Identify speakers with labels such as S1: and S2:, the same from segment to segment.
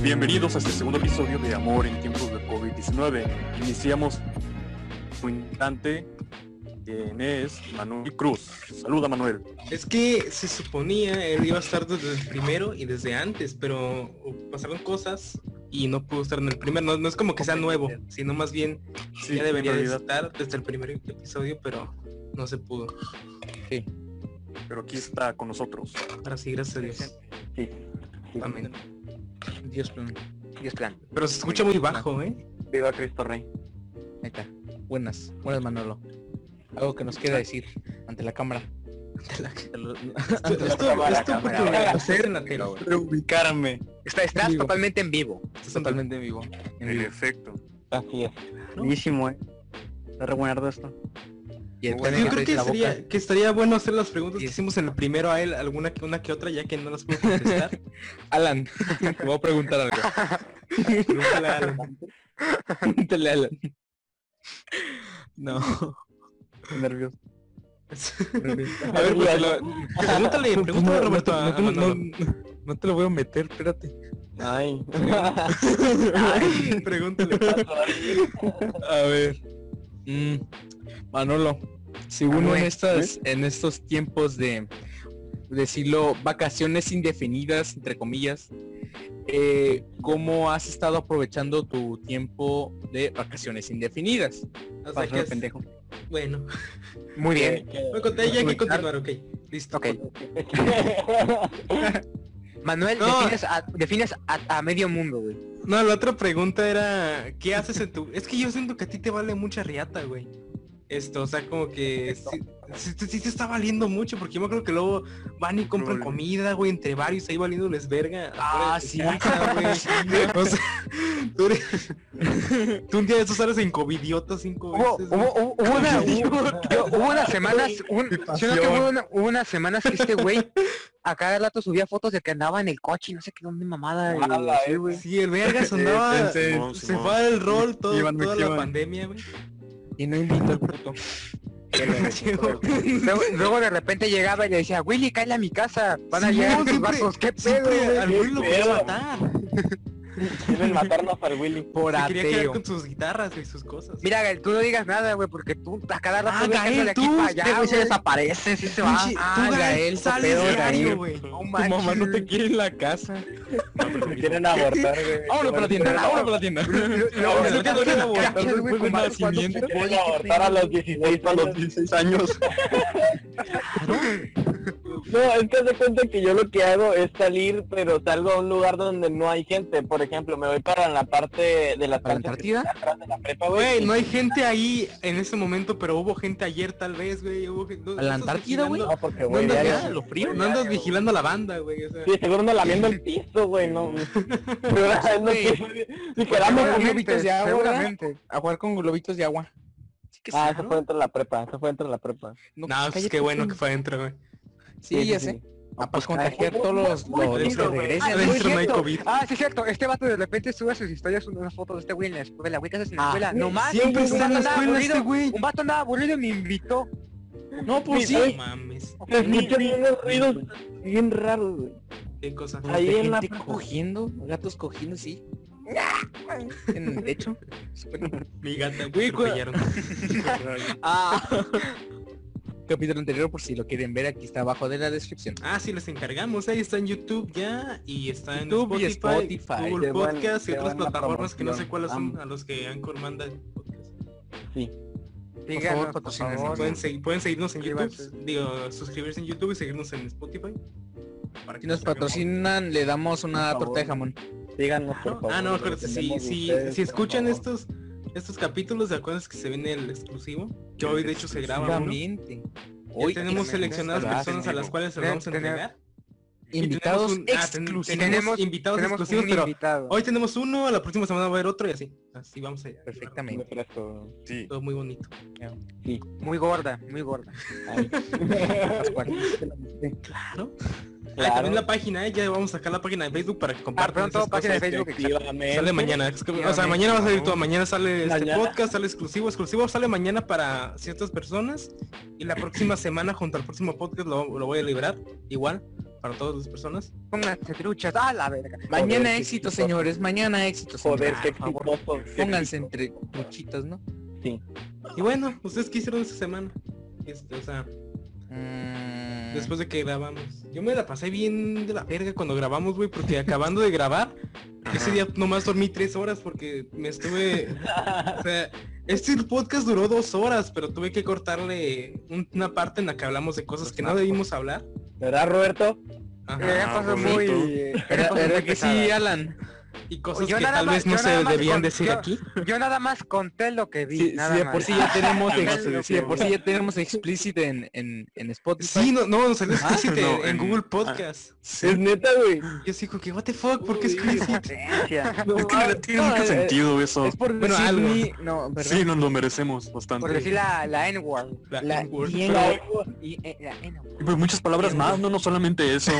S1: Bienvenidos a este segundo episodio de Amor en tiempos de COVID-19. Iniciamos un instante. Quien es Manuel Cruz. Saluda Manuel.
S2: Es que se suponía él iba a estar desde el primero y desde antes, pero pasaron cosas y no pudo estar en el primero. No, no es como que sea nuevo, sino más bien
S1: Sí,
S2: ya debería
S1: en
S2: de
S1: realidad,
S2: estar desde el primer episodio, pero no se pudo.
S1: pero aquí está con nosotros.
S2: Ahora sí, gracias a Dios.
S3: Sí.
S2: Amén.
S4: Dios plan.
S3: Dios plan.
S2: Pero se escucha muy bajo, ¿eh?
S3: Viva Cristo Rey.
S4: Ahí está. Buenas, buenas Manolo. Algo que nos queda decir ante la cámara.
S2: Esto, esto,
S3: cámara,
S2: esto
S3: cámara.
S2: porque lo hacer en la tele.
S4: Reubicarme.
S3: Está, estás
S4: Vivo.
S3: totalmente en vivo.
S4: Estás totalmente en vivo. En vivo.
S1: efecto.
S3: Así es.
S2: ¿No?
S3: Buenísimo, eh. Está re buenardo esto.
S4: Y el
S2: Pues
S4: pene
S2: yo creo
S4: aprieta
S2: que
S4: la boca.
S2: sería, que estaría bueno hacer las preguntas que
S4: Diez.
S2: hicimos en el primero a él, alguna que una que otra, ya que no las puedo contestar.
S4: Alan, te voy a preguntar algo.
S2: Pregúntale a Alan.
S4: Pregúntale a Alan. No.
S3: Estoy nervioso.
S4: A
S2: ver, pues, lo- Pregúntale, pregúntale a Roberto a- a
S4: Pues, No, no,
S2: Manolo.
S4: no te lo voy a meter, espérate.
S3: Ay.
S2: Ay, Pregúntale.
S4: A ver. Mm, Manolo, si uno en
S3: Manuel,
S4: estas, en estos tiempos de decirlo, vacaciones indefinidas, entre comillas, eh, ¿cómo has estado aprovechando tu tiempo de vacaciones indefinidas?
S2: O sea,
S3: Pasó
S2: que
S3: de
S2: es-
S3: pendejo.
S2: Bueno,
S4: Muy
S3: bien.
S2: me conté ya hay que
S4: Aprovechar.
S2: continuar, ok. Listo.
S3: Ok. Manuel,
S2: No.
S3: defines, a, defines a, a medio mundo, güey.
S2: No, la otra pregunta era, ¿qué haces en tu...? Es que yo siento que a ti te vale mucha riata, güey. Esto, o sea, como que sí, sí te- sí te está valiendo mucho, porque yo me acuerdo que luego van y compran
S1: Probable.
S2: comida, güey, entre varios, ahí valiéndoles verga. afuera
S4: Ah,
S2: de tu
S4: sí.
S2: casa, güey. O sea, tú, eres- tú un día de esos sales en covidiota cinco
S3: Hubo,
S2: veces.
S3: hubo, hubo, hubo una, hubo, yo- hubo unas semanas, un, yo creo que hubo, una- hubo unas semanas que este güey a cada rato subía fotos de que andaba en el coche y no sé qué dónde mamada. y
S4: eh.
S3: así,
S2: güey.
S3: güey.
S2: Sí, el
S3: Eh,
S2: vergas andaba,
S4: Sí, sí,
S1: Simón,
S2: se
S1: Simón.
S2: fue del rol todo,
S4: Iván
S2: toda la
S4: McEwan.
S2: pandemia, güey.
S4: Y no invito al puto.
S3: Luego, luego de repente llegaba y le decía, Willy, cállate a mi casa, van a
S2: Sí,
S3: llegar
S2: no,
S3: tus
S2: siempre-
S3: vasos, qué pedo,
S2: Siempre al
S3: güey?"
S2: güey lo quería matar.
S5: Quieren matarnos al Willy.
S4: Por
S2: Se quería quedar
S4: ateo.
S2: con sus guitarras y sus cosas.
S3: Mira, Gael, tú no digas nada, güey, porque tú a cada rato
S2: Ah,
S3: andas
S2: Gael,
S3: de aquí
S2: tú,
S3: para
S2: este
S3: allá,
S2: güey
S3: güey,
S2: se
S3: se desaparece, sí se va.
S2: Pinche-
S3: Ah,
S2: tú, Gael,
S3: Gael, qué
S2: sales
S3: pedo,
S2: diario,
S3: Gael.
S2: güey.
S3: No
S4: Tu mamá no
S3: manches.
S4: te quiere en la casa.
S5: Me quieren abortar, güey.
S4: Ahora para la tienda, ahora para la tienda. Ahora
S2: lo que
S4: te
S2: no
S4: quieren
S2: quiero
S4: abortar
S3: cachas, güey,
S4: después
S3: con
S4: del
S3: varios cuadros
S4: nacimiento.
S3: que-
S5: Quieren abortar a los 16 años.
S1: 16 años.
S5: No, es que se cuenta que yo lo que hago es salir, pero salgo a un lugar donde no hay gente. Por ejemplo, me voy para la parte de las
S4: ¿Para la
S5: partes que
S4: Antártida?
S5: están atrás de la prepa,
S2: Güey,
S5: güey.
S2: no hay gente ahí en ese momento, pero hubo gente ayer tal vez, güey. hubo gente- no-
S4: ¿A la
S2: no estás
S4: Antártida, güey?
S2: vigilando-
S5: porque
S2: No
S5: voy
S2: andas,
S5: diario.
S4: ya, lo frío.
S2: no andas vigilando a la banda, güey. o sea.
S5: Sí, seguro no lamiendo el piso, güey, no. Pero ahora no
S4: Güey.
S5: quiero- Si quedamos
S4: Con
S5: con
S4: globitos de agua,
S3: seguramente.
S4: ¿verdad? A jugar con globitos de agua. Sí que
S5: Ah,
S4: sí,
S5: eso
S4: ¿no?
S5: fue dentro de la prepa, eso fue dentro de la prepa.
S4: No,
S2: No, pues
S4: cállate,
S2: qué bueno que
S4: güey.
S2: fue adentro, güey.
S4: Sí, ya sé. Ah, pues contagiar todos los,
S3: Muy
S4: los- los que
S3: lindo, güey.
S4: regresan.
S3: Ah, muy
S2: Adentro no hay
S3: cierto.
S2: COVID.
S3: Ah, sí es cierto, este vato de repente sube a sus historias unas fotos de este güey en la escuela, güey, ¿qué haces en la
S4: Ah,
S3: escuela? No más,
S2: Siempre
S3: un
S2: está en la
S3: vato andaba
S2: escuela
S3: aburrido,
S2: este güey.
S3: Un vato andaba aburrido y me invitó.
S4: No, pues
S5: Sí,
S4: sí.
S2: No mames.
S5: Se escuchan unos ruidos bien raros, güey.
S2: Qué cosa.
S5: Ahí
S4: De
S5: en la
S4: gente
S5: plaza.
S4: cogiendo, gatos cogiendo, sí. En el techo.
S2: Mi gata,
S4: Güey,
S2: güey,
S4: cu-
S2: atropellaron.
S4: Ah. Capítulo anterior, por si lo quieren ver, aquí está abajo de la descripción.
S2: Ah, sí, les encargamos. Ahí está en YouTube ya y está en
S4: YouTube y
S2: Spotify,
S4: Spotify.
S2: Google
S5: Qué buen-
S2: Podcast y
S5: qué
S2: otras
S5: buena
S2: plataformas que no sé
S5: promoción.
S2: cuáles son
S5: Vamos.
S2: a los que Anchor manda el podcast.
S3: Díganos, por
S4: patrocínenos.
S3: favor.
S2: Pueden, segui- pueden seguirnos en YouTube,
S3: Suscríbanse.
S2: digo, suscribirse en YouTube y seguirnos en Spotify. Para
S4: Si nos
S2: salga más.
S4: patrocinan, le damos una
S5: Por favor.
S4: torta de jamón.
S5: Díganos, por
S2: ¿No?
S5: favor.
S2: Ah, no, acuérdense, si,
S5: dependemos de
S2: si,
S5: ustedes,
S2: si
S5: por
S2: escuchan
S5: favor.
S2: estos estos capítulos, ¿se acuerdan que se viene el exclusivo? Que hoy de hecho se graba uno. Ya
S4: Obviamente. Hoy
S2: tenemos seleccionadas
S4: Ah,
S2: personas a las cuales se las vamos a
S3: Tenemos-
S2: entregar. Y
S4: invitados
S2: tenemos un- ah, ten-
S4: exclusivos.
S2: tenemos
S3: Tenemos-
S2: invitados
S3: Tenemos
S2: exclusivos,
S3: un
S2: pero
S3: invitado.
S2: hoy tenemos uno, la próxima semana va a haber otro y así. Así vamos a llevar
S4: Perfectamente.
S1: Sí.
S2: Todo muy bonito.
S3: Muy gorda, muy gorda.
S4: Las cuartas.
S2: Claro. Ah,
S5: Claro. pues,
S2: también la página, ¿eh? ya vamos a sacar la página de Facebook para que
S3: Ah,
S2: compartan.
S3: perdón, todo
S2: esas
S3: página de
S2: cosas.
S3: Facebook. exacto.
S5: Efectivamente.
S2: Sale mañana, es que- o sea,
S3: Efectivamente,
S2: mañana va a salir
S3: ¿no?
S2: todo, mañana sale este
S5: Mañana.
S2: podcast, sale exclusivo, exclusivo sale mañana para ciertas personas y la próxima semana junto al próximo podcast lo, lo voy a liberar, igual, para todas las personas.
S3: Pónganse truchas. Ah, la verga.
S4: Mañana
S5: qué
S4: éxito,
S5: exitoso.
S4: señores. Mañana éxito.
S5: Joder,
S4: señores.
S5: qué
S4: Ah, por favor,
S5: exitoso. qué
S4: Pónganse
S5: exitoso.
S4: entre muchitas, ¿no?
S2: Y bueno, ¿ustedes qué hicieron esta semana? Este, o sea,
S4: Mm,
S2: después de que grabamos. Yo me la pasé bien de la verga cuando grabamos, güey, porque acabando de grabar, ese día nomás dormí tres horas porque me estuve... o sea, este podcast duró dos horas, pero tuve que cortarle un- una parte en la que hablamos de cosas que no debimos hablar.
S5: ¿Verdad, Roberto?
S2: Ajá.
S3: Era cosa muy...
S1: Roberto.
S3: era
S4: ¿Verdad
S3: cosa muy
S4: verdad que
S3: pesada.
S4: sí, Alan?
S2: Y cosas
S3: Yo
S2: que
S3: nada
S2: tal
S3: más-
S2: vez no
S3: yo nada
S2: se
S3: más
S2: debían
S3: con-
S2: decir
S3: yo-
S2: aquí.
S3: Yo nada más conté lo que vi.
S4: Si, si
S3: nada
S4: de
S3: más.
S4: por sí ya tenemos,
S1: Ah,
S4: ex-
S1: no se
S4: si de por sí
S1: decía.
S4: ya tenemos explícito en, en, en Spotify.
S2: Sí, no, no, salió
S4: Ah,
S2: explícito
S1: no,
S2: en,
S1: en-
S2: Google Podcast.
S5: Es neta, güey.
S2: Yo sigo que, what the fuck, ¿por qué es explícito?
S3: Esencia.
S1: Es que no tiene
S4: no,
S1: mucho
S4: eh,
S1: sentido eso.
S4: Es por
S2: Bueno,
S4: decir
S2: algo.
S4: mi- No, ¿verdad?
S1: Sí, nos lo merecemos bastante.
S3: Por decir la, la N-word.
S2: La N-word.
S3: y
S5: La-
S3: N- y- eh, la N-word.
S1: Y pues muchas palabras más, no, no solamente eso.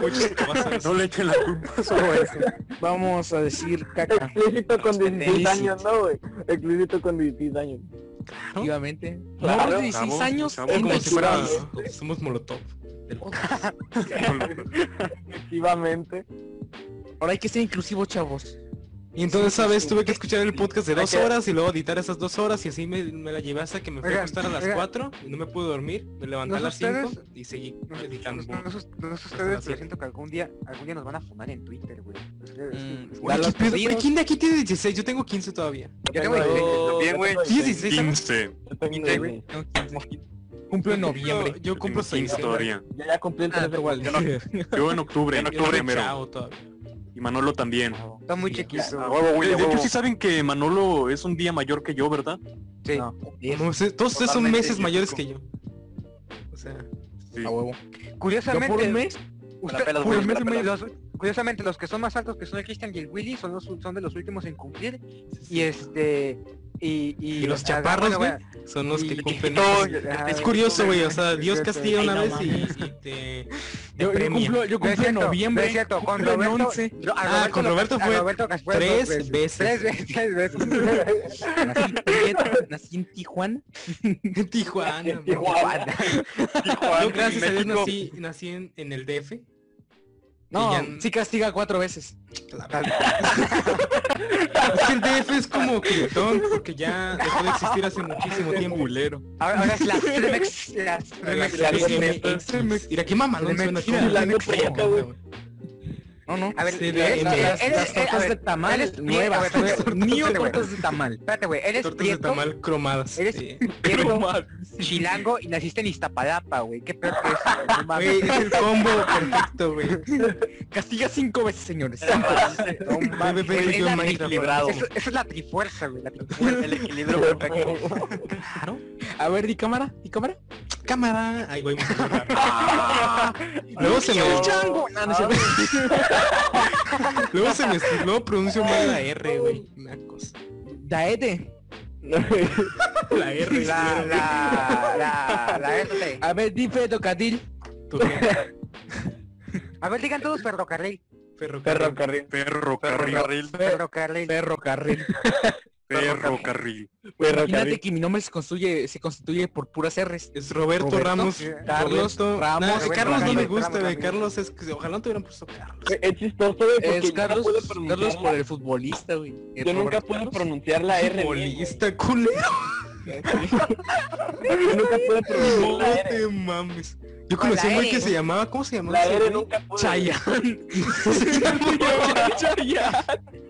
S2: Muchas cosas.
S1: No le echen la culpa
S4: Solo eso. Vamos a decir caca.
S5: Explícito con 16
S4: Explícito.
S5: años, ¿no, güey? Explícito con 16 años.
S4: Efectivamente.
S5: Claro,
S4: Morros de 16
S1: chavos,
S4: años.
S1: chavos,
S4: en
S2: como si fuera-
S4: Xbox.
S2: Somos molotov.
S5: Efectivamente.
S4: Ahora hay que ser inclusivos, chavos.
S2: Y entonces,
S4: Sí, sí,
S2: ¿sabes?
S4: sí.
S2: Tuve que escuchar el podcast de
S5: Hay
S2: dos
S5: que-
S2: horas y luego editar esas dos horas y así me, me la llevé hasta que me fui a
S3: Oigan,
S2: acostar a las
S3: oigan.
S2: 4 y no me pude dormir. Me levanté a
S3: ¿No
S2: las
S3: son
S2: 5
S3: ustedes?
S2: y seguí
S3: No,
S2: editando.
S3: no, no, no, no es
S2: Hasta
S3: ustedes,
S2: las
S3: pero
S2: siete.
S3: siento que algún día, algún día nos van a funar en Twitter, güey. Es que- es que-
S4: Mm,
S3: es que-
S2: Güey,
S4: da
S2: ¿qué Oh,
S4: los
S2: pedo?
S4: pedidos.
S2: Güey, ¿Quién de aquí tiene 16? Yo tengo 15 todavía.
S3: Yo tengo
S5: Yo-
S3: 16
S5: yo
S3: también, güey.
S5: tengo
S2: ¿Tienes
S5: 16,
S2: 16 años?
S1: 15.
S5: yo tengo
S3: Sí,
S5: 16.
S3: güey.
S4: Tengo 15. Cumplo en noviembre.
S2: Yo, yo
S1: Tengo
S2: compro 6
S1: 15 todavía.
S5: Yo ya cumplí el
S4: Ah,
S5: tercer
S4: igual.
S5: año.
S1: Yo en octubre, en octubre mero.
S2: chao todavía.
S1: Y Manolo también.
S3: Está muy chiquito.
S1: Eh, De, de hecho, sí saben que Manolo es un día mayor que yo, ¿verdad?
S3: Sí.
S4: No.
S2: No sé, todos ustedes son
S3: Totalmente
S2: meses
S3: idéntico.
S2: mayores que yo. O sea,
S1: Sí.
S4: A huevo. Yo
S3: Curiosamente,
S4: por un mes.
S3: usted-
S5: la pelas,
S3: por
S5: güey,
S3: un
S5: me la
S3: mes,
S5: pelas.
S3: los- curiosamente, los que son más altos que son el Christian y el Willy son, los, son de los últimos en cumplir. Y este... Y, y,
S2: Y los
S3: ah,
S2: chaparros,
S3: bueno,
S2: güey,
S3: bueno,
S2: son los
S3: y-
S2: que
S3: y-
S2: cumplen.
S3: todo,
S2: meses.
S3: ah,
S2: Es curioso, güey. O sea,
S3: es
S2: Dios
S3: cierto.
S2: castiga una
S3: Ay,
S2: vez
S3: no
S2: y,
S3: mames.
S2: y te. te
S4: Yo, yo
S2: premia.
S4: cumplo, yo
S3: No es
S4: cumplo en
S3: cierto,
S4: noviembre.
S3: no es cierto, con
S4: cumplo en
S3: Roberto-
S4: 11.
S3: Yo- a
S2: Ah,
S3: Roberto
S2: con
S3: lo-
S2: Roberto
S3: a
S2: fue
S3: Roberto Gaspar dos
S2: tres veces.
S3: Tres veces. Tres veces.
S4: Nací en Tijuana, Nací en Tijuana.
S2: Tijuana. man.
S5: Tijuana.
S2: Yo gracias a Dios nací, nací en, en el DF.
S4: No,
S2: Y ya-
S4: sí castiga cuatro veces.
S2: Es que el DF es como Quintón, porque ya dejó de existir hace muchísimo tiempo.
S4: Mulero.
S3: Ahora, ahora es la Tremex. La Tremex.
S2: Sí,
S5: la- la-
S2: sí, sí. Mira, qué mamalón
S4: la-
S2: suena.
S4: la-
S2: como
S5: la-
S2: el DF,
S5: la-
S2: güey.
S4: No, no.
S3: A ver,
S2: Sí,
S3: eres-
S2: la-
S3: eres-
S2: la-
S3: eres-
S4: Las
S3: eres- a
S4: tortas de
S3: ver,
S4: tamal
S3: eres- a
S4: nuevas.
S3: ver,
S4: nuevas.
S3: espérate,
S4: Ni
S3: espérate, güey.
S4: tortas de tamal.
S3: Espérate, güey. Eres
S2: Tortas de
S3: prieto,
S2: tamal cromadas.
S3: Eres-
S2: sí.
S3: prieto, chilango y naciste en Iztapalapa, güey. Qué peor que eso, güey. No mames.
S2: Güey, es el combo perfecto, güey.
S4: Castiga cinco veces, señores.
S3: No mames.
S2: Ve, ve, ve,
S3: Es
S2: yo
S3: la
S2: en Minecraft.
S3: trifuerza, Eso eso es la trifuerza, güey. La trifuerza.
S6: El equilibrio perfecto.
S2: Claro.
S4: A ver, di cámara, di cámara.
S2: Cámara. Ahí voy. muy bien. Ah. Luego se me...
S4: chango! No, no es cierto.
S2: Luego se me... Luego pronuncio mal la R, güey. Una cosa.
S4: Daete.
S2: La R.
S3: La,
S2: culero.
S3: la, la, la este.
S4: A ver, di tocadil.
S2: Tu jefe,
S3: A ver, digan todos ferrocarril.
S2: Ferrocarril.
S5: Ferrocarril.
S1: Perro carril,
S4: Ferrocarril.
S3: Ferrocarril.
S1: perro carril.
S4: Imagínate
S5: Ferrocarril.
S4: que mi nombre se constituye, se constituye por puras R's.
S2: Es Roberto,
S4: Roberto,
S2: Ramos.
S4: Carlos,
S2: Roberto-
S4: Ramos,
S2: Nah, Carlos no
S4: Ramos,
S2: me gusta,
S3: Ramos,
S2: güey.
S3: Ramos.
S2: Carlos es... Ojalá no te hubieran puesto Carlos.
S5: Es chistoso, güey, porque
S4: Es
S5: yo no
S4: Carlos,
S5: pude
S4: Carlos por
S5: pronunciar
S4: el futbolista, güey.
S5: la-
S4: El
S5: yo nunca
S4: Roberto
S5: pude
S4: Carlos.
S5: pronunciar la R. bien, güey.
S2: Futbolista culero.
S5: Yo nunca pude
S2: No
S5: pronunciar la R.
S2: te mames. Yo
S3: Con
S2: conocí a
S3: la
S2: un güey que
S3: R.
S2: se llamaba... ¿Cómo se llamaba?
S5: La
S2: ese
S5: R
S2: güey?
S5: nunca pude.
S4: Chayanne.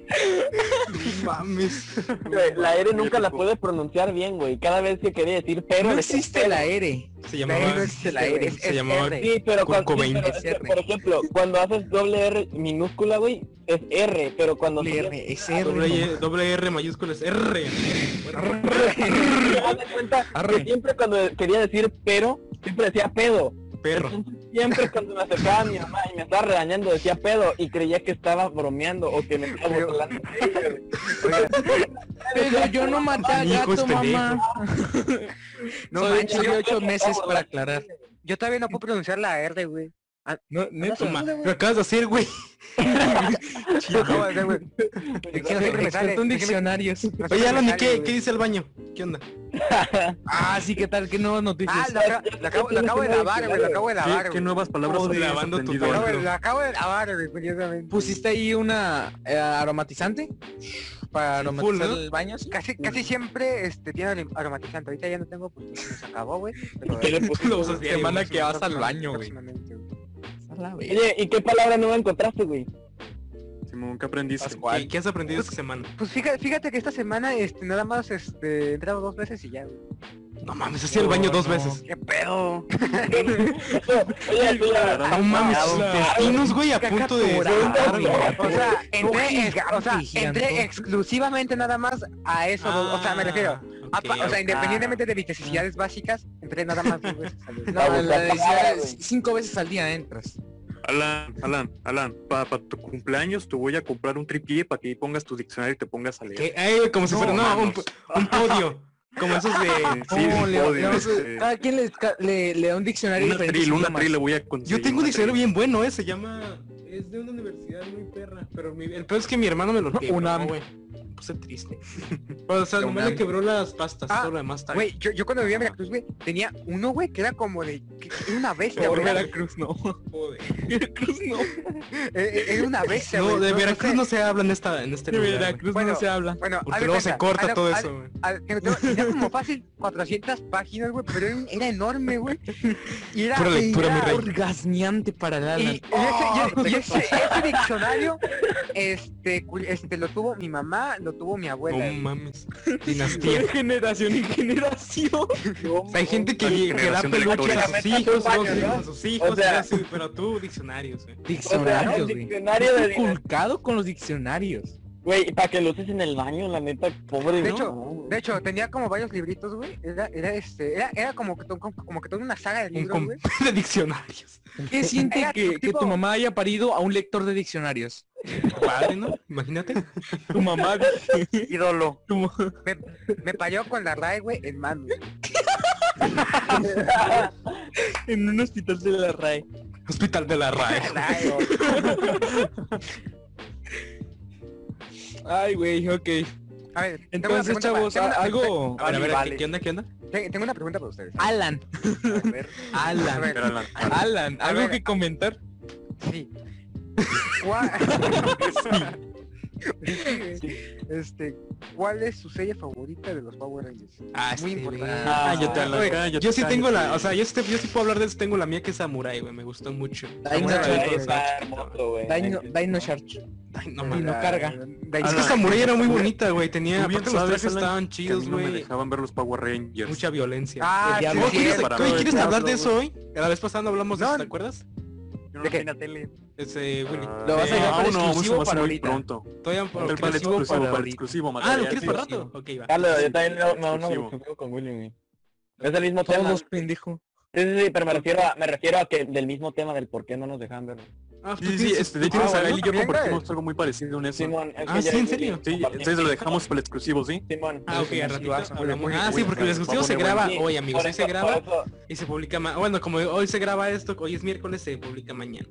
S2: No Mames.
S5: Güey, La R nunca la pude pronunciar bien, güey. Cada vez que quería decir
S4: pues,
S5: pero.
S4: No
S5: decía
S4: existe
S5: pero.
S4: la R.
S2: Se
S3: La R no
S2: llamaba...
S3: existe, la
S4: se
S3: R, es-
S2: se
S3: es
S2: llamaba-
S3: R.
S5: Sí, pero cuando,
S2: Cuco
S5: sí, pero
S2: 20
S5: es
S4: R.
S5: que, por ejemplo, cuando haces doble R minúscula, güey, es R, pero cuando
S4: Doble R, es
S3: Ah,
S4: R.
S2: Doble,
S4: nomás.
S2: R- doble R mayúsculas. R. Bueno,
S5: Haz de cuenta que
S4: Arre.
S5: siempre cuando quería decir pero, siempre decía pedo.
S2: Perro.
S5: Entonces, siempre cuando me acercaba a mi mamá y me estaba regañando, decía pedo y creía que estaba bromeando o que me estaba
S3: Pero-
S5: burlando.
S4: Pero yo no maté al
S2: Mi hijo es
S4: gato,
S2: pendejo.
S4: mamá.
S3: No
S4: Soy
S3: manches,
S4: de
S3: yo,
S4: ocho meses para aclarar.
S3: yo todavía no puedo pronunciar la R, güey.
S2: No, neto,
S3: Andas
S2: ma,
S3: segura, güey.
S2: lo acabas de hacer, güey.
S3: Yo acabo de hacer, güey. Quiero que me sale,
S4: Experto en
S3: déjeme-
S4: diccionarios.
S3: no sé
S2: Oye,
S3: me
S2: Alan, ¿y
S3: sale,
S2: qué,
S3: güey.
S2: qué dice el baño? ¿Qué onda?
S4: Ah, sí, ¿qué tal? ¿Qué nuevas noticias?
S3: Ah, lo, acabo- lo acabo, lo acabo de lavar, güey, lo acabo de
S1: ¿Qué,
S3: lavar,
S1: qué
S3: güey.
S1: nuevas palabras
S2: Joder,
S1: habías
S2: lavando tu
S1: aprendido?
S2: pelo.
S3: Lo acabo de-
S2: no?
S3: Lo acabo de lavar, güey, curiosamente.
S4: ¿Pusiste ahí una eh, aromatizante? Para
S2: Sí,
S4: aromatizar
S2: full, ¿no?
S4: el baño, sí.
S3: Casi, casi siempre este, tiene arom- aromatizante. Ahorita ya no tengo porque se nos acabó, güey. Pero,
S5: ¿Qué le pusiste?
S2: Lo usas diario,
S4: semana
S2: güey.
S4: que vas al
S3: próximamente-
S4: baño, güey.
S3: próximamente, güey.
S5: Oye, ¿y qué palabra nueva encontraste, güey?
S1: Simón, ¿qué aprendiste?
S2: ¿Y qué has aprendido esta semana?
S3: Pues fíjate, fíjate que esta semana este, nada más este, he entrado dos veces y ya, güey.
S2: No mames, hacía el baño dos veces.
S3: ¿Qué pedo?
S5: Oye, tú, la verdad,
S2: No mames,
S5: Ah,
S2: sus
S5: la-
S2: intestinos, güey, a punto de...
S3: Cacatura.
S2: explotar, güey.
S3: O sea, entré, ex- o sea,
S4: gigante.
S3: entré exclusivamente nada más a eso. dos- o sea, me refiero.
S2: Ah,
S3: Apa-
S2: ok,
S3: o sea,
S2: ok.
S3: independientemente de mis necesidades básicas, entré nada más dos veces al día.
S4: No,
S5: Vamos,
S4: la
S5: la
S4: decía,
S5: palabra, güey.
S4: cinco veces al día entras.
S1: Alan, Alan, Alan, para tu cumpleaños te voy a comprar un tripié para que pongas tu diccionario y te pongas a leer.
S2: ¿Qué? Ay, como si fuera no, un,
S1: manos.
S2: un podio. Como esos de...
S1: Sí,
S4: ¿Cómo
S1: sí,
S4: le-
S1: puedo
S4: le
S1: decir,
S4: vamos a-
S1: eh,
S4: cada quien le, ca- le- le da un diccionario
S1: Una
S4: diferente
S1: tril,
S4: de
S1: una
S4: idiomas.
S1: tril le voy a conseguir.
S2: Yo tengo un
S1: una
S2: diccionario
S1: tril.
S2: bien bueno, eh, se llama... Es de una universidad muy perra, pero mi- el peor es que mi hermano me lo quebró,
S4: UNAM.
S2: güey. Me Puse triste. o sea,
S4: La
S2: nomás
S4: UNAM.
S2: le quebró las pastas,
S3: Ah,
S2: todo lo demás está
S3: Güey, yo, yo cuando vivía en Veracruz, güey, tenía uno, güey, que era como de... que Era una bestia,
S4: Por
S3: güey. Era,
S4: Veracruz, no.
S2: bien. Joder.
S4: Veracruz, no.
S3: eh, era una bestia,
S2: No,
S3: güey.
S2: de
S3: no
S2: Veracruz
S3: sé.
S2: no se habla en esta en este
S4: De
S2: lugar. güey.
S4: Veracruz
S3: Bueno,
S4: no se habla.
S3: Bueno, haz
S2: Porque
S3: de
S2: luego se
S3: cuenta,
S2: corta
S3: haz de-
S2: todo
S3: haz-
S2: eso, güey.
S3: haz- que no tengo- tenía como fácil 400 páginas, güey, pero era, un- era enorme, güey. Y era...
S2: Pura lectura,
S3: era-
S2: mi rey.
S4: Orgasmeante para el
S3: Y,
S4: Alan.
S3: y ese, y- y ese- ese diccionario, este, cu- este, lo tuvo mi mamá, lo tuvo mi abuela.
S2: No
S3: güey.
S2: mames. Dinastía.
S4: De generación en generación.
S2: O sea, hay gente que,
S1: Hay
S2: que da
S1: generación de
S2: peluche a sus
S5: lectores.
S2: hijos,
S5: Baño,
S2: los hijos
S5: ¿no?
S2: a sus hijos,
S5: O sea-
S2: y así, pero tú diccionarios, eh. güey.
S5: O sea, el
S4: Diccionarios, güey.
S5: diccionario de...
S4: Inculcado con los diccionarios.
S5: Güey, para que lo uses en el baño, la neta, pobre.
S3: De
S5: ¿no?
S3: hecho, De hecho, tenía como varios libritos, güey. Era, era este, era, era como que to- como que toda una saga de
S2: Un
S3: libros, güey.
S2: comp de diccionarios.
S4: ¿Qué siente
S3: Era
S4: que, que
S3: tipo-
S4: tu mamá haya parido a un lector de diccionarios?
S2: Padre, ¿no? Imagínate.
S4: Tu mamá...
S3: Ídolo.
S4: tu ma-
S3: Me, me parió con la RAE, güey, en mano.
S4: en un hospital de la RAE.
S2: Hospital de la RAE.
S3: RAE, güey.
S4: Ay, güey, ok.
S3: A ver, tengo una
S4: Entonces,
S3: pregunta para-
S4: chavos,
S3: tengo una
S4: a- algo...
S2: A ver, a ver,
S3: Vale.
S2: ¿qué- ¿qué onda? ¿Qué onda?
S3: pregunta- te- Tengo una pregunta para ustedes.
S4: Alan,
S3: A ver, a
S4: Alan,
S1: Pero
S3: ver,
S1: Alan,
S4: Alan,
S3: A
S4: algo
S3: ver.
S4: que comentar.
S3: sí. ¿Cuál... este, ¿cuál es su serie favorita de los Power Rangers?
S2: Ah,
S3: Muy
S2: este,
S3: importante.
S2: güey.
S5: Ah,
S1: yo te-
S2: Oye,
S1: cállate,
S2: yo sí
S1: cállate.
S2: tengo la, o sea, yo sí, te- yo sí puedo hablar de eso, tengo la mía que es Samurai, güey, me gustó mucho.
S4: Ay,
S5: Bueno,
S4: Nacho,
S5: ahí
S2: Samurai,
S5: está hermoso, güey.
S4: Dino, Dino Shark.
S2: Ay, no
S4: Y
S2: mames.
S4: no carga.
S2: Es que
S1: Alan,
S2: Samurai era muy bonita, güey, tenía,
S1: Tú bien
S2: aparte los
S1: sabes,
S2: trajes
S1: Alan,
S2: estaban
S1: que a mí
S2: chidos,
S1: no me
S2: güey.
S1: dejaban ver los Power Rangers.
S2: Mucha violencia.
S3: Ah,
S4: El
S3: sí,
S4: diablo.
S2: Oh,
S3: es
S2: ¿quieres,
S3: cierto.
S1: para
S2: güey,
S1: ver
S2: ¿quieres
S1: el
S2: hablar
S1: diablo,
S2: de eso hoy? La vez pasada no hablamos de
S3: No.
S2: eso, ¿te acuerdas?
S1: Yo no
S3: ¿De qué?
S1: tenía tele.
S2: Ese Willy.
S1: Ah,
S4: Lo vas a dejar
S1: no,
S4: para
S1: no,
S4: exclusivo
S1: se me hace
S4: para
S1: muy
S4: ahorita.
S1: pronto.
S2: Todavía por
S1: Para el
S2: exclusivo
S1: exclusivo,
S2: para
S1: para el
S2: ahorita.
S1: exclusivo,
S2: Ah, ¿lo
S1: material,
S2: quieres
S1: sí,
S2: para
S1: sí.
S2: rato? Ok, va.
S5: Carlos, yo también me uno
S1: Exclusivo.
S5: exclusivo con Willy, güey. Es el mismo tema.
S4: Todos, pendejo.
S5: Sí, sí, sí, pero me refiero a, me refiero a que del mismo tema del por qué no nos dejan ver.
S2: Ah, tú
S1: Sí, sí,
S2: tienes-
S1: este, de hecho,
S2: Ah,
S3: tienes
S1: Isabel y
S3: algo
S1: yo
S3: también,
S1: compartimos algo muy parecido en eso.
S5: Simón, es que
S2: Ah,
S5: yo
S2: ¿sí?
S5: y
S2: ¿En
S5: Willy
S2: serio?
S1: Sí,
S5: compartimos-
S1: entonces lo dejamos para el exclusivo, ¿sí?
S5: Simón.
S2: Ah, ok, a ratito
S3: vas a poner
S2: hablamos.
S3: muy-
S2: Ah, sí,
S1: muy
S2: porque el
S1: bueno.
S2: exclusivo
S1: Va a
S2: se
S1: poner
S2: graba
S5: Sí,
S2: hoy, amigos.
S5: por
S2: Hoy se
S5: eso- por
S2: graba
S5: eso-
S2: y se publica más. Bueno, como hoy se graba esto, hoy es miércoles, se publica mañana.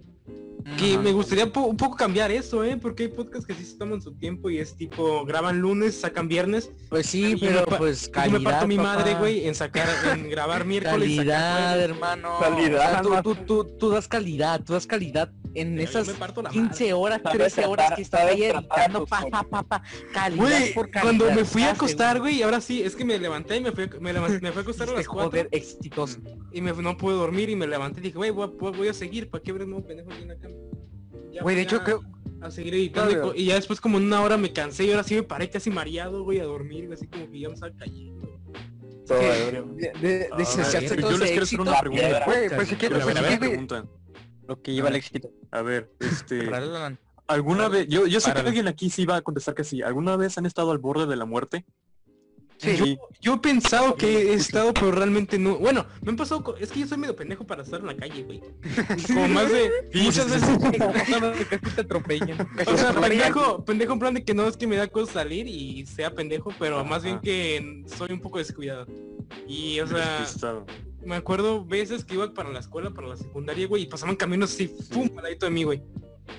S2: Que
S4: Ajá.
S2: me gustaría po- un poco cambiar eso, ¿eh? Porque hay podcasts que sí se toman su tiempo y es tipo, graban lunes, sacan viernes.
S4: Pues sí,
S2: Yo
S4: pero
S2: me pa-
S4: pues
S2: Calidad,
S4: calidad,
S2: me parto mi
S4: papá.
S2: madre, güey, en sacar, en grabar miércoles. y sacar
S4: Calidad,
S2: jueves.
S4: hermano.
S5: Calidad,
S4: O sea, tú, tú, tú, tú das calidad, tú das calidad en
S2: Pero yo
S4: esas
S2: me parto la madre.
S4: 15 horas,
S5: Sabes
S4: 13 horas que estás
S5: tratar-
S4: ahí
S5: sabes tratar
S4: editando,
S5: tus
S4: pa, pa, pa, pa, calidad
S2: pues, Güey,
S4: por calidad.
S2: cuando me fui a
S4: Ah,
S2: acostar,
S4: seguro.
S2: güey, ahora sí, es que me levanté y me fui, a- me, leva- me fui a acostar a
S4: Dijiste,
S2: las 4
S4: joder, exitoso.
S2: y me, no pude dormir y me levanté y dije, güey, voy, a- voy a- voy a seguir, ¿para qué ver nuevo pendejo aquí en la cama? Ya
S3: Güey, de
S2: voy
S3: hecho,
S2: a-
S3: creo,
S2: a seguir editando y co- y, ya después como en una hora me cansé y ahora sí me paré casi mareado, güey, a dormir, güey, así como que ya me estaba cayendo.
S4: De, de,
S1: Ah,
S4: desechaste
S1: yo
S4: todo ese
S1: les quiero hacer
S4: éxito.
S1: una pregunta.
S3: güey, pues si
S1: Yo
S3: quieres,
S1: les quiero hacer una
S2: A ver, a
S3: pues, si
S2: ver.
S3: quieres,
S1: pregunta.
S4: Lo que lleva al éxito.
S1: A ver, este...
S4: Alan.
S1: ¿Alguna vez? Yo, yo sé que
S2: Párale.
S1: alguien aquí sí iba a contestar que sí. ¿Alguna vez han estado al borde de la muerte?
S3: Sí.
S2: Yo, yo he pensado que he estado, pero realmente no. Bueno, me han pasado. co- Es que yo soy medio pendejo para estar en la calle, güey. Como más de.
S1: Sí,
S2: muchas
S1: sí,
S2: veces.
S4: Casi te atropellan.
S2: O sea, pendejo, pendejo en plan de que no es que me da cosa salir y sea pendejo, pero más bien
S1: Ajá.
S2: que soy un poco descuidado. Y, o sea,
S1: Despistado.
S2: me acuerdo veces que iba para la escuela, para la secundaria, güey, y pasaban caminos así, pum, al ladito de mí, güey.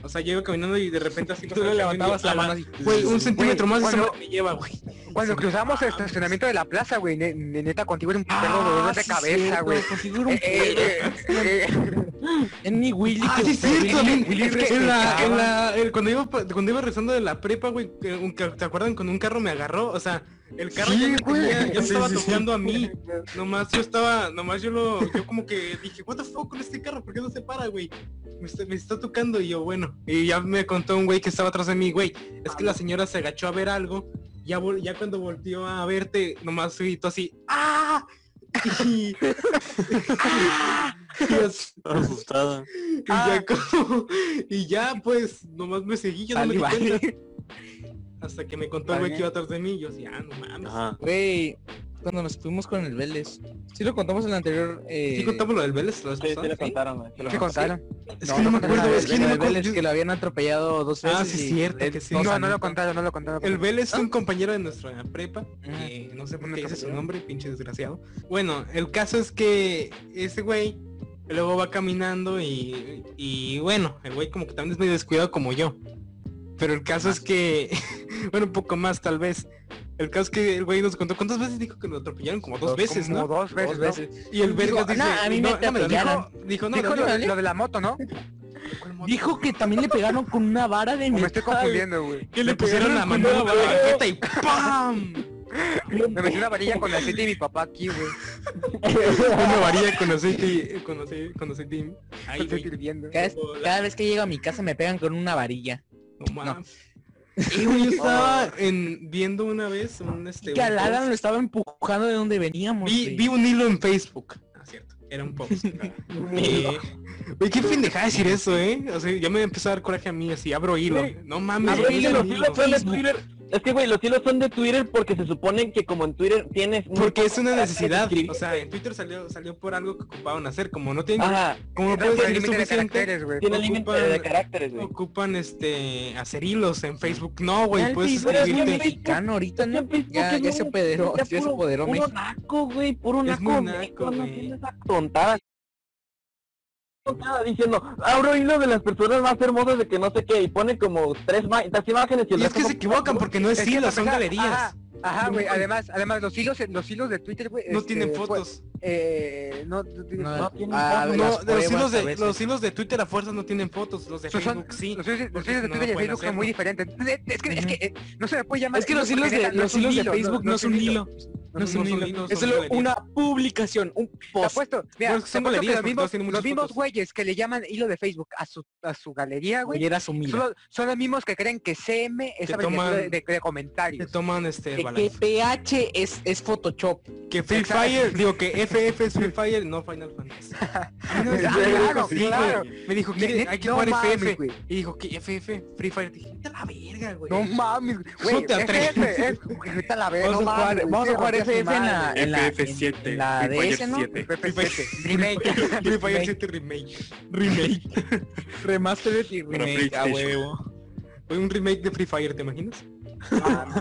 S2: O sea, yo iba caminando y de repente así
S4: Tú le levantabas la mano así.
S2: Güey, un centímetro más y esa
S3: cuando-
S2: madre me lleva, güey.
S3: Cuando
S2: Sí.
S3: cruzamos el estacionamiento de la plaza, güey, ne- ne- neta, contigo era un perro
S4: Ah,
S3: dolor de
S4: sí,
S3: cabeza,
S4: cierto,
S3: güey.
S4: configura un
S3: Eh, eh, eh, eh,
S4: En mi Willy
S2: Ah,
S4: que
S2: sí, es
S4: usted
S2: cierto,
S4: dice,
S2: también.
S4: Willy
S2: Es que
S4: Rex,
S2: en la,
S4: estaba-
S2: en la- el- cuando, iba, pa- cuando iba rezando de la prepa, güey, que un ca- ¿te acuerdan? Cuando un carro me agarró, o sea, el carro
S3: Sí,
S2: ya, me
S3: güey.
S2: tenía- ya me
S1: Sí,
S2: estaba
S1: sí, sí.
S2: tocando a mí. Nomás yo estaba, nomás yo lo, yo como que dije, what the fuck con este carro, ¿por qué no se para, güey? Me está, me está tocando y yo, bueno. Y ya me contó un güey que estaba atrás de mí, güey, es que la señora se agachó a ver algo. Ya, vol- ya cuando volteó a verte, nomás gritó así, ¡ah! Y, y así-
S1: Estaba asustada.
S2: y ya como- y ya, pues nomás me seguí, yo no me
S4: Vale,
S2: di
S4: vale.
S2: cuenta. Hasta que me contó el güey
S4: Vale.
S2: que iba atrás de mí, yo así, ah, no mames.
S1: Ajá.
S4: Güey, cuando nos fuimos con el Vélez. Sí lo contamos en el anterior. Eh...
S2: ¿Sí contamos lo del Vélez? la vez
S5: Sí, sí,
S2: pasada?
S5: le contaron, güey. sí lo
S3: ¿Qué
S5: contaron.
S3: contaron?
S2: Es
S3: No,
S2: que no
S3: no
S2: me
S3: contaron
S2: acuerdo,
S3: lo
S2: es
S3: del
S2: que no me
S4: el
S2: acuerdo.
S4: Vélez
S2: yo-
S4: que lo habían atropellado dos
S2: Ah,
S4: veces.
S2: sí,
S4: y
S2: cierto,
S4: él
S2: que sí.
S4: no
S3: No,
S4: sanó.
S3: no lo contaron, no lo contaron.
S2: El Vélez es
S4: ¿Ah?
S2: un compañero de nuestra prepa,
S4: Ajá.
S2: que no sé por
S3: Una
S2: qué dice su
S3: compañera.
S2: nombre, pinche desgraciado. Bueno, el caso es que ese güey luego va caminando y, y bueno, el güey como que también es medio descuidado como yo. Pero el caso es que, bueno, un poco más tal vez. El caso es que el güey nos contó cuántas veces dijo que lo atropellaron, como dos veces,
S3: Como
S2: ¿no?
S3: dos
S4: Dos
S3: veces, ¿no?
S4: veces.
S2: Y el verga
S4: Dijo,
S2: dice,
S4: "Nah, a mí me
S2: no, no,
S4: atropellaron".
S2: dijo, dijo, no,
S3: Dijo
S2: no,
S3: lo,
S2: no,
S3: lo de la moto, ¿no? O
S4: Dijo que también le pegaron con una vara de
S3: me estoy
S4: metal.
S3: confundiendo, güey.
S2: que le
S5: le
S2: pusieron
S5: pegaron
S2: la
S5: con
S2: mano a la
S5: una vara.
S2: banqueta y ¡pam!
S3: Me metí una varilla con la seta de mi papá aquí, güey.
S2: Una varilla con aceite, con aceite, con aceite.
S3: Me estoy hirviendo.
S4: Cada vez, cada vez que llego a mi casa me pegan con una varilla.
S2: No mames. Y güey, yo estaba en, viendo una vez un este.
S4: Y que
S2: un
S4: al Alan
S2: post.
S4: lo estaba empujando de donde veníamos.
S2: vi,
S4: güey.
S2: vi un hilo en Facebook. Ah, cierto. Era un post. Eh, Güey, qué pendejada decir eso, eh. O sea, ya me empezó a dar coraje a mí así, abro hilo.
S5: Sí.
S2: No
S5: Ah,
S2: mames,
S5: güey,
S2: abro
S5: es que los
S2: hilo.
S5: hilos son de Twitter. Es que, güey, los hilos son de Twitter porque se supone que como en Twitter tienes... muy
S2: Porque es
S5: poco
S2: una
S5: para
S2: necesidad.
S5: escribir.
S2: O sea, en Twitter salió, salió por algo que ocupaban hacer. Como no tienen,
S5: Ajá,
S2: como no pueden
S3: Entonces, tiene
S2: salir
S3: límite de
S2: suficiente,
S3: caracteres, güey.
S5: tiene
S2: Ocupan-
S5: límite de caracteres, güey.
S2: ocupan este hacer hilos en Facebook. No, güey,
S4: Al
S2: puedes
S4: Facebook,
S5: escribirte.
S4: güey, mexicano ahorita
S5: Ya,
S4: no.
S5: pues,
S4: Ya,
S5: porque
S4: ya
S5: no,
S4: se apoderó, ya
S5: ya
S4: se
S5: puro-
S4: apoderó
S5: Puro
S4: México.
S5: naco, güey, puro
S2: Es
S5: naco.
S2: muy
S5: México,
S2: naco,
S5: no
S2: güey.
S5: tiene esa tontada. Tontada diciendo, abro hilo de las personas más hermosas de que no sé qué, y pone como tres ma- las imágenes y el
S2: Y es
S5: resto
S2: que
S5: son-
S2: se equivocan porque no es
S3: Es que
S2: hilo,
S3: para
S2: son
S3: empezar,
S2: galerías.
S3: ajá, Ajá, güey. Además, además, los hilos, los hilos de Twitter, güey.
S2: No
S3: este,
S2: tienen
S3: fue-
S2: fotos.
S3: Eh, no, no tienen
S4: No,
S3: fotos.
S5: tienen
S4: ah, las
S5: fotos.
S2: No, de los
S4: pruebas
S2: hilos
S4: a
S2: de,
S4: veces.
S2: los hilos de Twitter a fuerzas no tienen fotos, los de
S3: Son- son-
S2: Facebook sí.
S3: Los hilos los
S2: porque
S3: hilos de
S2: no
S3: Twitter y de
S2: pueden
S3: Facebook son muy diferentes. Entonces, Es que, es que, eh, no se le puede llamar.
S4: Es que
S3: hilo
S4: los
S3: porque
S4: hilos de
S3: neta no
S4: los
S3: es un
S4: hilos de
S3: hilo, no-
S4: Facebook
S3: no
S4: no es un hilo.
S2: no
S4: No es
S2: son
S4: un hilo.
S2: hilos,
S4: Es
S2: son
S4: solo
S2: galerías.
S4: una publicación, un
S3: Te
S4: post.
S3: apuesto,
S2: Bueno, es que
S3: mira,
S2: son
S3: te apuesto que
S2: galerías,
S3: los
S2: porque
S3: mismos,
S2: todos tienen
S3: los
S2: muchas
S3: mismos
S2: fotos.
S3: güeyes que le llaman hilo de Facebook a su, a su galería,
S4: Y
S3: güey,
S4: era su mira.
S3: son, son los mismos que creen que CM es
S2: Que
S3: la abreviatura
S2: toman-
S3: de, de- de
S2: Que
S3: comentarios.
S2: toman este
S4: Que, que
S2: Herbalife.
S4: PH es, es Photoshop.
S2: Que Free
S3: Exacto.
S2: Fire, digo que FF es Free Fire, no Final Fantasy. A mí no me
S3: Ah,
S2: dijo,
S3: claro,
S2: sí, güey.
S3: claro.
S2: Me dijo
S3: Ne-
S2: que
S3: ne-
S2: hay que
S3: no
S2: jugar
S3: mames,
S2: FF.
S3: güey.
S2: Y dijo que FF, Free Fire. Dije, vete a la verga, güey.
S3: No mames,
S2: No
S3: güey.
S2: te atreves.
S3: FF, es- güey, vete a la verga,
S4: Vamos
S3: no
S4: a jugar-
S3: mames,
S4: vamos a
S3: sí,
S4: jugar
S3: rompió su
S4: FF en la-
S3: madre.
S1: FF7.
S4: en la
S1: Free Fire
S4: DS, ¿no?
S1: 7.
S3: FF7.
S4: Remake.
S2: Free Fire
S4: Remake.
S2: 7 Remake. Remake.
S4: Remastered y
S1: Para
S4: remake. A
S1: PlayStation.
S4: huevo.
S2: Fue un remake de Free Fire, ¿te imaginas?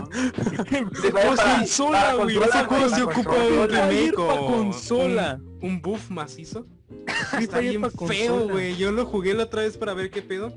S4: Consola, güey. Ese juego
S5: Güey, para- para controlar, güey,
S4: se
S3: para
S4: ocupa
S2: controlar.
S4: un remake.
S2: Para
S4: pa' consola.
S2: Un buff macizo.
S4: Free
S2: Está
S4: Fire
S2: bien
S4: pa'
S2: feo,
S4: consola.
S2: güey. Yo lo jugué la otra vez para ver qué pedo.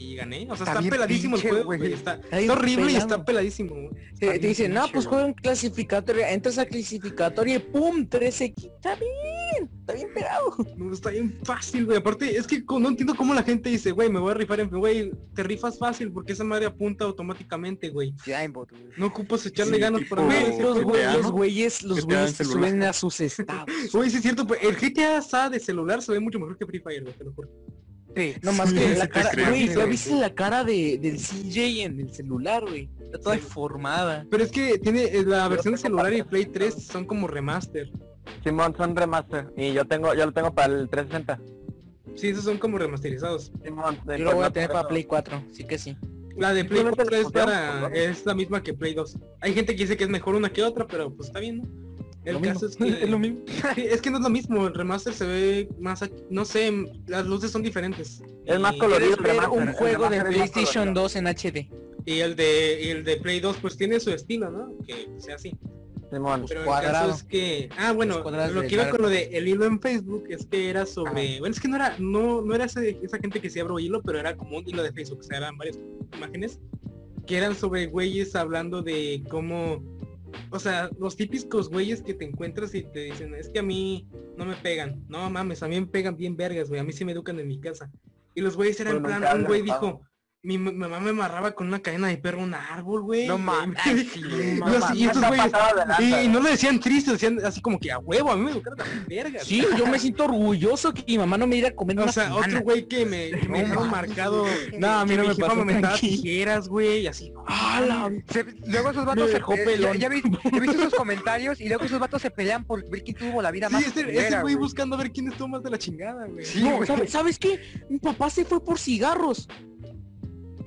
S2: Y gané. O sea,
S3: Está
S2: está,
S3: bien
S2: peladísimo
S3: pinche,
S2: el juego,
S3: güey.
S2: güey. Está,
S4: Está bien
S2: está horrible y
S4: pelado.
S2: está peladísimo, güey.
S4: Te,
S3: Está
S4: te
S3: bien
S4: dicen, no,
S3: pinche,
S4: pues
S3: güey.
S4: juega en clasificatoria. Entras a clasificatoria y pum, 13 Está bien. Está bien pegado.
S2: No, está bien fácil, güey. Aparte, es que co- no entiendo cómo la gente dice, güey, me voy a rifar en... Güey, te rifas fácil porque esa madre apunta automáticamente, güey.
S3: Timebot, güey.
S2: No ocupas echarle
S1: Sí,
S2: ganas
S1: tipo-
S2: para
S1: Güey,
S2: ver
S1: los
S2: ese
S4: los,
S1: GTA,
S2: juego.
S1: güey- ¿no?
S4: güeyes,
S1: los
S4: los
S1: GTA en güeyes
S4: güeyes
S1: que celular.
S4: suben a sus estados.
S2: Güey, sí es cierto, pues, el GTA SA de celular se ve mucho mejor que Free Fire, güey, te lo juro.
S3: Sí.
S4: No más
S1: Sí,
S4: que
S1: sí
S4: la
S1: te
S4: cara,
S1: creo,
S4: güey,
S3: sí,
S4: ¿ya
S3: sí.
S4: viste la cara de, del CJ en el celular, güey? Está toda
S2: Sí.
S4: deformada.
S2: Pero es que tiene eh, la versión de
S5: tengo
S2: celular y
S5: para-
S2: Play 3 son como remaster.
S5: Simón son remaster y yo tengo, yo lo tengo para el 360.
S2: Sí, esos son como remasterizados.
S5: Simón, de-
S4: Yo lo voy a
S5: no,
S4: tener
S5: por
S4: para
S5: eso.
S4: Play 4, sí que sí.
S2: La de Play
S5: Simplemente
S2: 4 es,
S5: les
S2: para,
S5: cambiaron, ¿no?
S2: es la misma que Play 2. Hay gente que dice que es mejor una que otra, pero pues está bien, ¿no? El
S4: Lo
S2: caso
S4: mismo.
S2: es que
S4: Es lo mismo.
S2: es que no es lo mismo, el remaster se ve más ac- no sé, las luces son diferentes.
S5: Es más
S2: Y-
S5: colorido.
S4: ¿Quieres
S5: el
S4: ver
S5: remaster,
S4: un
S5: el
S4: juego de
S5: remaster es más
S4: PlayStation
S5: colorido.
S4: 2 en HD?
S2: Y el de y el de Play 2 pues tiene su estilo, ¿no? Que sea así.
S5: Simón.
S2: Pero el
S3: cuadrado.
S2: caso es que, ah, bueno,
S3: Los cuadrados
S2: lo
S3: de
S2: que iba
S3: Garfield.
S2: con lo de el hilo en Facebook es que era sobre, bueno, es que no era, no, no era ese- esa gente que se abrió hilo, pero era como un hilo de Facebook, o sea, eran varias imágenes que eran sobre güeyes hablando de cómo, o sea, los típicos güeyes que te encuentras y te dicen, es que a mí no me pegan, no mames, a mí me pegan bien vergas, güey, a mí sí me educan en mi casa. Y los güeyes eran en
S5: Pero nunca
S2: plan, un
S5: hablan,
S2: güey
S5: ¿no?
S2: dijo, mi ma- mamá me amarraba con una cadena de perro a un árbol, güey.
S3: No mames, ay, sí, no
S2: Los-
S3: mames.
S2: y estos
S5: Está
S2: güeyes,
S5: pasado de
S2: y,
S5: lanza.
S2: y no lo decían triste, decían así como que a huevo, a mí me educaron a verga.
S6: Sí, yo me siento orgulloso que mi mamá no me diera a comer
S2: O
S6: una
S2: sea,
S6: semana.
S2: otro güey que me, que me
S3: No
S2: dejaron
S3: mames.
S2: marcado.
S6: No, a mí
S2: que
S6: no
S2: mi
S6: me
S2: jefa
S6: pasó,
S2: me aventaba
S6: tranqui.
S2: tijeras, güey, y así. no,
S6: Ah, la-
S3: Se- luego esos
S6: Me
S3: vatos se
S6: dejó
S3: pe- ya,
S6: pelón.
S3: ya vi- ya viste esos comentarios y luego esos vatos se pelean por ver quién tuvo la vida
S2: Sí,
S3: más
S2: ese,
S3: culera,
S2: ese güey
S3: güey.
S2: buscando a ver quién estuvo más de la chingada, güey.
S3: Sí,
S6: No,
S3: güey.
S6: ¿sabes, ¿sabes qué? Mi papá se fue por cigarros.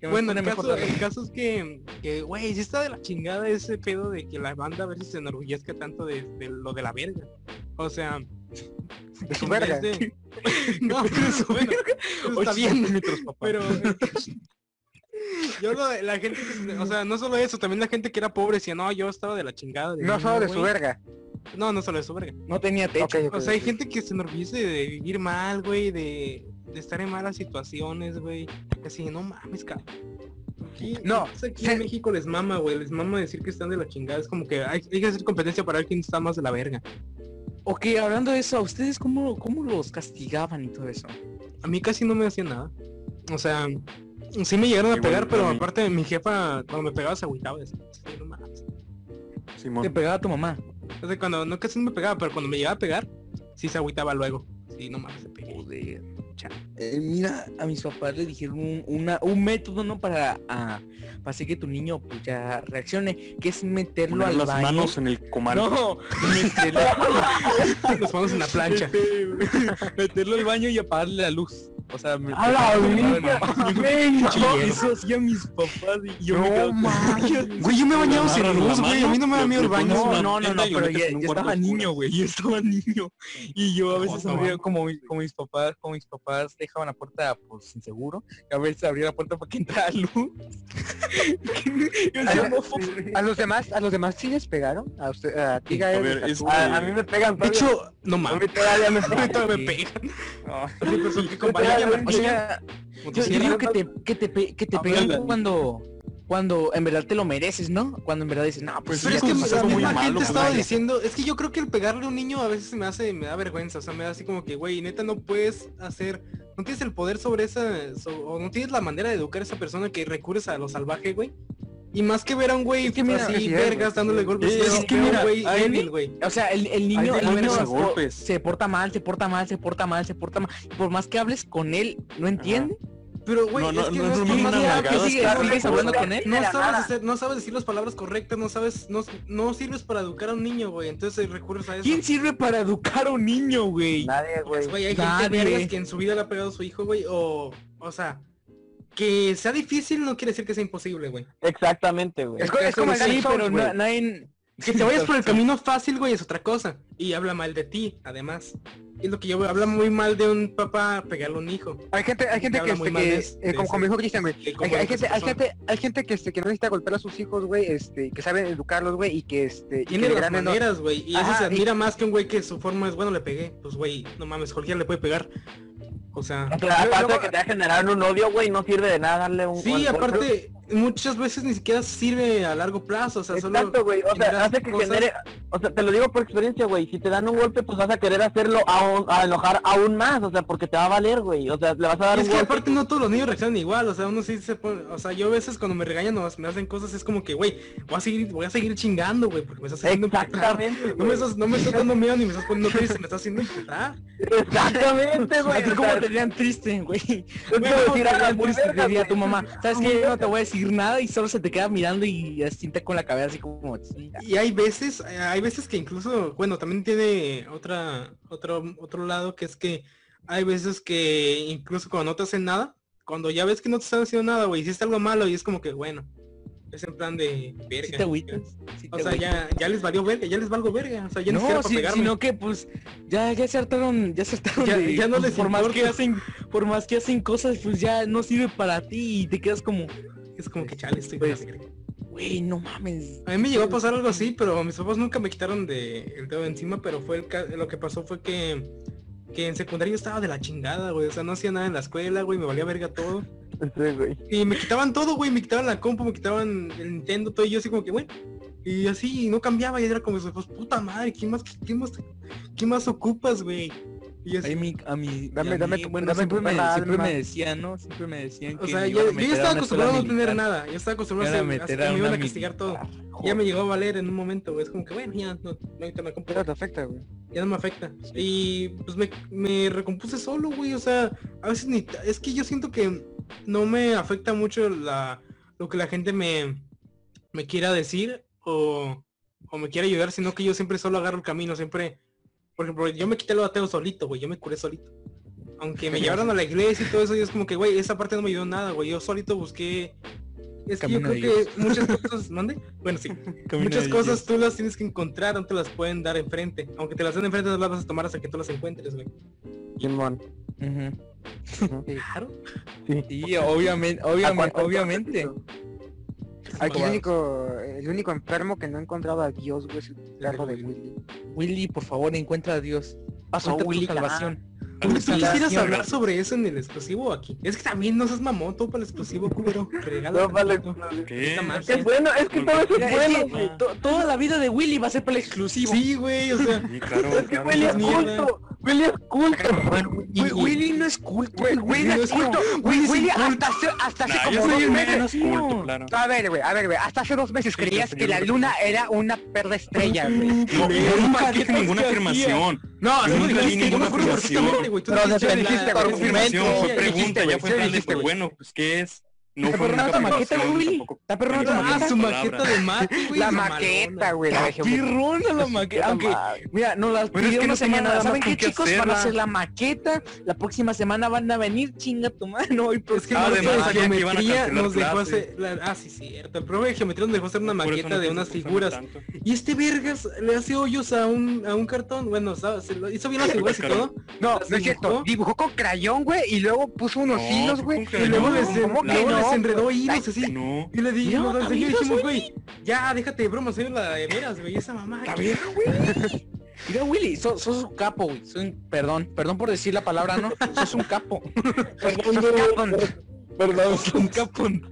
S6: Que me
S2: Bueno,
S6: pone
S2: el
S6: mejor
S2: caso,
S6: la-
S2: el caso es que, que, güey, sí está de la chingada ese pedo de que la banda a veces se enorgullezca tanto de, de lo de la verga. O sea,
S3: De su
S2: en
S3: verga.
S2: vez de- no, de su verga. Está bien, pero... Yo lo de la gente, que se- o sea, no solo eso, también la gente que era pobre decía, no, yo estaba de la chingada. de
S3: No
S2: niño,
S3: solo de su
S2: güey".
S3: verga.
S2: No, no solo de su verga.
S6: No tenía techo.
S3: Ok, ok,
S2: O sea, hay
S3: ok.
S2: gente que se enorgullece de vivir mal, güey, de, de estar en malas situaciones, güey. Así, no mames, cabrón. Aquí-
S3: No,
S2: pues aquí
S3: se-
S2: en México les mama, güey, les mama decir que están de la chingada. Es como que hay, hay que hacer competencia para ver quién está más de la verga.
S6: Ok, hablando de eso, ¿a ustedes cómo, cómo los castigaban y todo eso?
S2: A mí casi no me hacían nada. O sea, sí me llegaron a
S1: Igual
S2: pegar,
S1: a
S2: pero
S1: mí.
S2: aparte mi jefa cuando me pegaba se agüitaba. Decía, "Sí, no mames.
S6: Te
S1: Simón.
S6: pegaba tu mamá.
S2: O sea, cuando no casi no me pegaba, pero cuando me llegaba a pegar, sí se agüitaba luego. Sí, no mames, se pegué.
S6: Joder, cha- eh, mira, a mis papás le dijeron un, una- un método, ¿no? Para, ah, para hacer que tu niño pues, ya reaccione, que es meterlo
S1: Poner
S6: al
S1: las
S6: baño.
S1: manos en el comal.
S6: No, meterlo,
S2: Nos vamos en la plancha.
S6: meterlo al baño y apagarle la luz. O sea, me
S5: A la verga.
S6: No, eso hacía mis papás y yo me quedo-
S2: Güey, yo me he bañado sin
S1: amarras la
S2: luz, güey. A
S1: mano,
S2: mí no me da
S1: lo-
S2: miedo el
S1: lo pones
S2: baño.
S1: en
S6: No,
S1: una
S6: no, no, no,
S1: maleta y lo
S6: pero
S1: metes
S6: ya,
S1: en un
S6: ya
S1: cuarto
S6: estaba
S1: oscuro.
S6: niño, güey, yo estaba niño. Y yo a veces
S2: no,
S6: abría
S2: no.
S6: como, mi- como mis papás, como mis papás dejaban la puerta pues sin seguro, y a veces abría la puerta para que entrara luz. yo decía, no, fu-
S3: A los demás, a los demás sí les pegaron. A usted, a ti,
S1: A
S3: Gael,
S1: ver,
S3: a
S1: es
S3: tú.
S1: que-
S5: A, a mí me pegan
S2: De
S5: todavía.
S2: hecho, no
S5: a
S2: mames.
S5: mí todavía me pegan.
S2: Ahorita me
S6: sí.
S2: pegan.
S6: No.
S2: Sí, pues, porque con
S5: Todavía
S2: bañera,
S5: me
S6: O sea,
S2: como
S6: yo,
S2: si
S6: yo
S2: era-
S6: digo que te, que te, pe- que te
S2: A
S6: pegan
S2: ver.
S6: cuando, cuando en verdad te lo mereces, ¿no? Cuando en verdad dices, no,
S1: Pues
S6: pues, sí,
S2: Pero
S6: ya
S2: es que
S6: te
S2: la
S1: como estás
S2: misma
S6: pasaste
S1: muy
S6: de
S1: malo,
S2: gente
S1: pues,
S2: estaba
S1: vaya.
S2: diciendo, es que yo creo que el pegarle a un niño a veces me hace, me da vergüenza, o sea, me da así como que, güey, neta no puedes hacer, no tienes el poder sobre esa, so- o no tienes la manera de educar a esa persona que recurres a lo salvaje, güey. Y más que ver a un güey
S3: Es que mira,
S2: así,
S3: sí, es,
S2: vergas,
S3: güey.
S2: dándole golpes,
S6: Sí,
S2: yo
S6: es que
S2: veo a un
S6: mira,
S2: güey
S6: ahí-
S2: débil, güey.
S6: O sea, el, el niño,
S1: Ay,
S6: el niño
S1: golpes a
S6: se-
S1: golpes.
S6: se porta mal, se porta mal, se porta mal, se porta mal. Y por más que hables con él, no entiende.
S2: Pero, güey,
S1: No, no,
S2: es que
S1: no
S2: no,
S1: es
S2: es
S1: lo mismo
S2: más
S1: una
S2: que nada
S1: nalgada
S2: que
S1: que
S2: sigues-
S1: darle
S2: sigues
S1: con
S2: hablando
S6: la-
S2: con él.
S5: de
S2: No
S5: la
S2: sabes
S5: nada.
S2: hacer, no sabes decir las palabras correctas, no sabes, no, no sirves para educar a un niño, güey, entonces recurres a eso.
S6: ¿Quién sirve para educar a un niño, güey?
S5: Nadie, güey.
S2: Güey, hay
S6: Nadie.
S2: gente vergas que en su vida le ha pegado a su hijo, güey, o, o sea, que sea difícil no quiere decir que sea imposible, güey.
S5: Exactamente, güey.
S3: Es co- es como el
S6: Sí,
S3: Dark Souls,
S6: pero
S3: güey.
S6: na- nadie...
S2: Que te vayas por el camino fácil, güey, es otra cosa. Y habla mal de ti, además. Es lo que yo veo, habla muy mal de un papá pegarle a un hijo.
S3: Hay gente, hay gente
S2: habla
S3: que,
S2: muy
S3: este,
S2: mal
S3: que,
S2: de-
S3: eh,
S2: de
S3: como,
S2: ese-
S3: como dijo Cristian, güey,
S2: de cómo
S3: hay, hay
S2: educa a su
S3: gente, hay
S2: persona.
S3: gente, hay gente que, este, que no necesita golpear a sus hijos, güey, este, que saben educarlos, güey, y que, este, y
S2: Tiene
S3: que de
S2: las
S3: grandes no-
S2: maneras, güey. Y eso
S3: Ajá,
S2: se
S3: y-
S2: admira más que un güey que su forma es, bueno, le pegué. Pues, güey, no mames, cualquiera le puede pegar. O sea...
S5: O sea, aparte
S3: Luego-
S5: de que te va a generar un odio, güey, no sirve de nada darle un
S2: Sí,
S5: golpe.
S2: aparte, muchas veces ni siquiera sirve a largo plazo, o sea, solo...
S5: Exacto, güey. O sea,
S2: generas
S5: hace que
S2: cosas-
S5: genere... O sea, te lo digo por experiencia, güey. Si te dan un golpe, pues vas a querer hacerlo aún- a enojar aún más. O sea, porque te va a valer, güey. O sea, le vas a dar
S2: Y
S5: un
S2: es que
S5: golpe.
S2: aparte no todos los niños reaccionan igual, o sea, uno sí se pone, o sea, yo a veces cuando me regañan o me hacen cosas es como que, güey, voy a seguir, voy a seguir chingando, güey, porque me estás haciendo emputar.
S5: Exactamente,
S2: No me
S5: güey.
S2: estás, no me estás dando miedo ni me estás poniendo triste, me estás haciendo emputar.
S5: Exactamente, güey.
S6: ¿A ti
S5: O
S6: cómo
S5: sea,
S6: te verían triste, güey?
S5: yo
S6: Güey,
S5: te voy a
S6: ¿cómo te
S5: decir, "Ah,
S6: verían
S5: muy
S6: triste? Te
S5: verga,
S6: diría tu
S5: güey".
S6: mamá, ¿sabes qué? Yo no te voy a decir nada y solo se te queda mirando y asienta con la cabeza así como... sí, ya.
S2: Y hay veces, hay veces que incluso, bueno, también tiene otra, otro, otro lado que es que hay veces que incluso cuando no te hacen nada, cuando ya ves que no te están haciendo nada, güey, hiciste algo malo y es como que, bueno, es en plan de verga.
S6: Si te agüitas. sí
S2: o
S6: te
S2: sea, ya, ya les valió verga, ya les valgo verga. O sea, ya ni siquiera
S6: No,
S2: para
S6: si-
S2: pegarme.
S6: sino que pues ya, ya se hartaron, ya se hartaron
S2: Ya-
S6: de-
S2: ya no les
S6: por más que
S2: importa.
S6: hacen, por más que hacen cosas, pues ya no sirve para ti y te quedas como,
S2: Es como que chale, estoy
S6: Pues-
S2: de la verga.
S6: güey, no mames.
S2: A mí me llegó a pasar algo así, pero mis papás nunca me quitaron de el dedo de encima, pero fue el ca- lo que pasó fue que, que en secundaria yo estaba de la chingada, güey. O sea, no hacía nada en la escuela, güey, me valía verga todo.
S5: Sí, güey.
S2: Y me quitaban todo, güey, me quitaban la compu, me quitaban el Nintendo, todo, y yo así como que, bueno. Y así, y no cambiaba, y era como, pues, puta madre, ¿qué más, qué más, qué más ocupas, güey? Y yo así,
S6: Ay, mi- a mi,
S3: Dame-
S6: a mí,
S3: dame tu-
S6: bueno,
S3: dame tu
S6: siempre, me,
S3: perra
S6: siempre
S3: alma.
S6: me decían, ¿no? Siempre me decían que
S2: o sea, yo,
S6: me iban a
S2: yo
S6: meter
S2: ya
S6: a
S2: estaba
S6: una escuela
S2: acostumbrado a no tener
S6: militar.
S2: nada, ya estaba acostumbrado
S6: Iban a
S2: a, ser- a
S6: meter
S2: que
S6: a
S2: me iban a
S6: una
S2: castigar todo.
S6: Joder.
S2: Ya me llegó a valer en un momento, güey, es como que, bueno, ya no, no te me compro.
S3: Pero te afecta, güey.
S2: ya no me afecta. Y pues me, me recompuse solo, güey. O sea, a veces ni... ta- Es que yo siento que no me afecta mucho la, lo que la gente me, me quiera decir o, o me quiera ayudar, sino que yo siempre solo agarro el camino, siempre... Por ejemplo, yo me quité el bateo solito, güey. Yo me curé solito. Aunque me llevaron a la iglesia y todo eso, y es como que, güey, esa parte no me ayudó en nada, güey. Yo solito busqué... Es que
S6: Camino de
S2: yo creo que muchas cosas... ¿Mande? Bueno, sí.
S6: Camino
S2: Muchas
S6: de
S2: cosas tú las tienes que encontrar, no te las pueden dar enfrente. Aunque te las den enfrente, no las vas a tomar hasta que tú las encuentres, güey.
S5: Simón.
S6: Dios. Ujú.
S2: Claro.
S6: Sí, obviamente, obviamente, obviamente.
S3: Aquí el
S6: Claro.
S3: único, el único enfermo que no encontraba a Dios, güey, es el perro de Willy.
S6: Willy, por favor, encuentra a Dios. Pasó
S3: Ahorita tu
S6: Willy,
S3: salvación.
S6: salvación.
S2: ¿Tú quisieras
S6: Salvación.
S2: hablar sobre eso en el exclusivo o aquí? Es que también no seas mamón, todo para el exclusivo, culero. Regala.
S5: No, vale.
S1: ¿Qué?
S5: Es bueno, es que todo eso
S6: Mira,
S5: es
S6: es
S5: bueno,
S6: que
S5: güey.
S6: to- toda la vida de Willy va a ser para el exclusivo.
S2: Sí, güey, o sea.
S1: Sí, claro,
S5: Es que
S1: claro.
S5: Willy es
S2: mierda.
S5: culto. Willy es culto.
S3: Wi- Willy no es culto, güey. Willy no es culto.
S2: Willy
S3: Willy,
S2: es
S3: hasta hace, hasta hace
S1: Nah, yo soy
S3: como dos
S1: el
S3: meses.
S1: menos culto, claro.
S3: A ver, güey, a ver, güey. Hasta hace dos meses
S1: Sí,
S3: creías
S1: sí,
S3: que
S1: yo
S3: la
S1: creo que
S3: luna era una perra estrella, güey.
S1: No, yo nunca dije ninguna
S6: hacía.
S1: afirmación.
S2: No, así
S1: Yo
S2: no
S1: nunca di
S2: dijiste, yo me
S1: ninguna
S2: acuerdo perfectamente,
S1: afirmación.
S2: güey. Tú dijiste
S3: Pero
S2: la- la-
S3: defendiste tu
S2: la-
S3: argumento.
S1: Afirmación, fue
S3: ¿Qué dijiste,
S1: pregunta,
S3: güey?
S1: ya fue
S3: ¿Qué
S1: plan de,
S3: dijiste,
S1: pues
S3: güey?
S1: bueno, pues ¿qué es? No
S6: Está
S1: fue
S6: perrona
S1: nunca
S6: tu maqueta,
S1: afirmación,
S6: Willy.
S1: tampoco
S6: Está perrona tu
S1: ninguna
S2: Ah,
S6: maqueta.
S2: su
S1: palabra.
S2: maqueta de mate, güey.
S3: La
S2: mamalona.
S3: maqueta, güey. La dejé
S6: Qué ronda la maqueta. Aunque, mira, nos las
S1: Pero es que
S6: pidieron
S1: no
S6: una
S1: tenía
S6: semana.
S1: nada
S6: ¿Saben
S1: más con
S6: qué,
S1: qué
S6: chicos? Van a
S1: hacerla.
S6: hacer la maqueta. La próxima semana van a venir. Chinga tu madre. No, y
S2: Es que
S1: Ah,
S2: el
S1: además
S2: profe de
S1: sabían que iban a
S2: geometría
S1: cancelar
S2: nos dejó
S1: clases.
S2: hacer... la- Ah, sí, cierto. El profe de geometría nos dejó hacer una
S1: Por eso
S2: maqueta
S1: no
S2: de
S1: quise
S2: unas
S1: forzarme
S2: figuras.
S1: tanto.
S2: Y este vergas le hace hoyos a un, a un cartón. Bueno, sa- se lo hizo bien las figuras y todo.
S3: No,
S2: ¿Las
S3: no
S2: dibujó?
S3: es cierto. Dibujó con crayón, güey, y luego puso unos
S1: No,
S3: hilos,
S1: fue con
S3: güey. Y
S1: crayón.
S3: luego
S2: Luego
S1: no,
S2: les,
S3: les,
S1: ¿cómo que
S2: luego
S1: no,
S2: les enredó hilos así.
S1: No.
S2: Y le dijimos,
S6: No,
S2: nos enseñó y
S6: amigos,
S2: dijimos, güey, ya, déjate de bromas, soy la de veras, güey, esa mamá.
S6: A ver, Willy. Mira, Willy, so- sos un capo, güey. Soy un- Perdón, perdón por decir la palabra, ¿no? Sos un capo.
S5: Perdón, güey. Perdón.
S6: Sos un capón.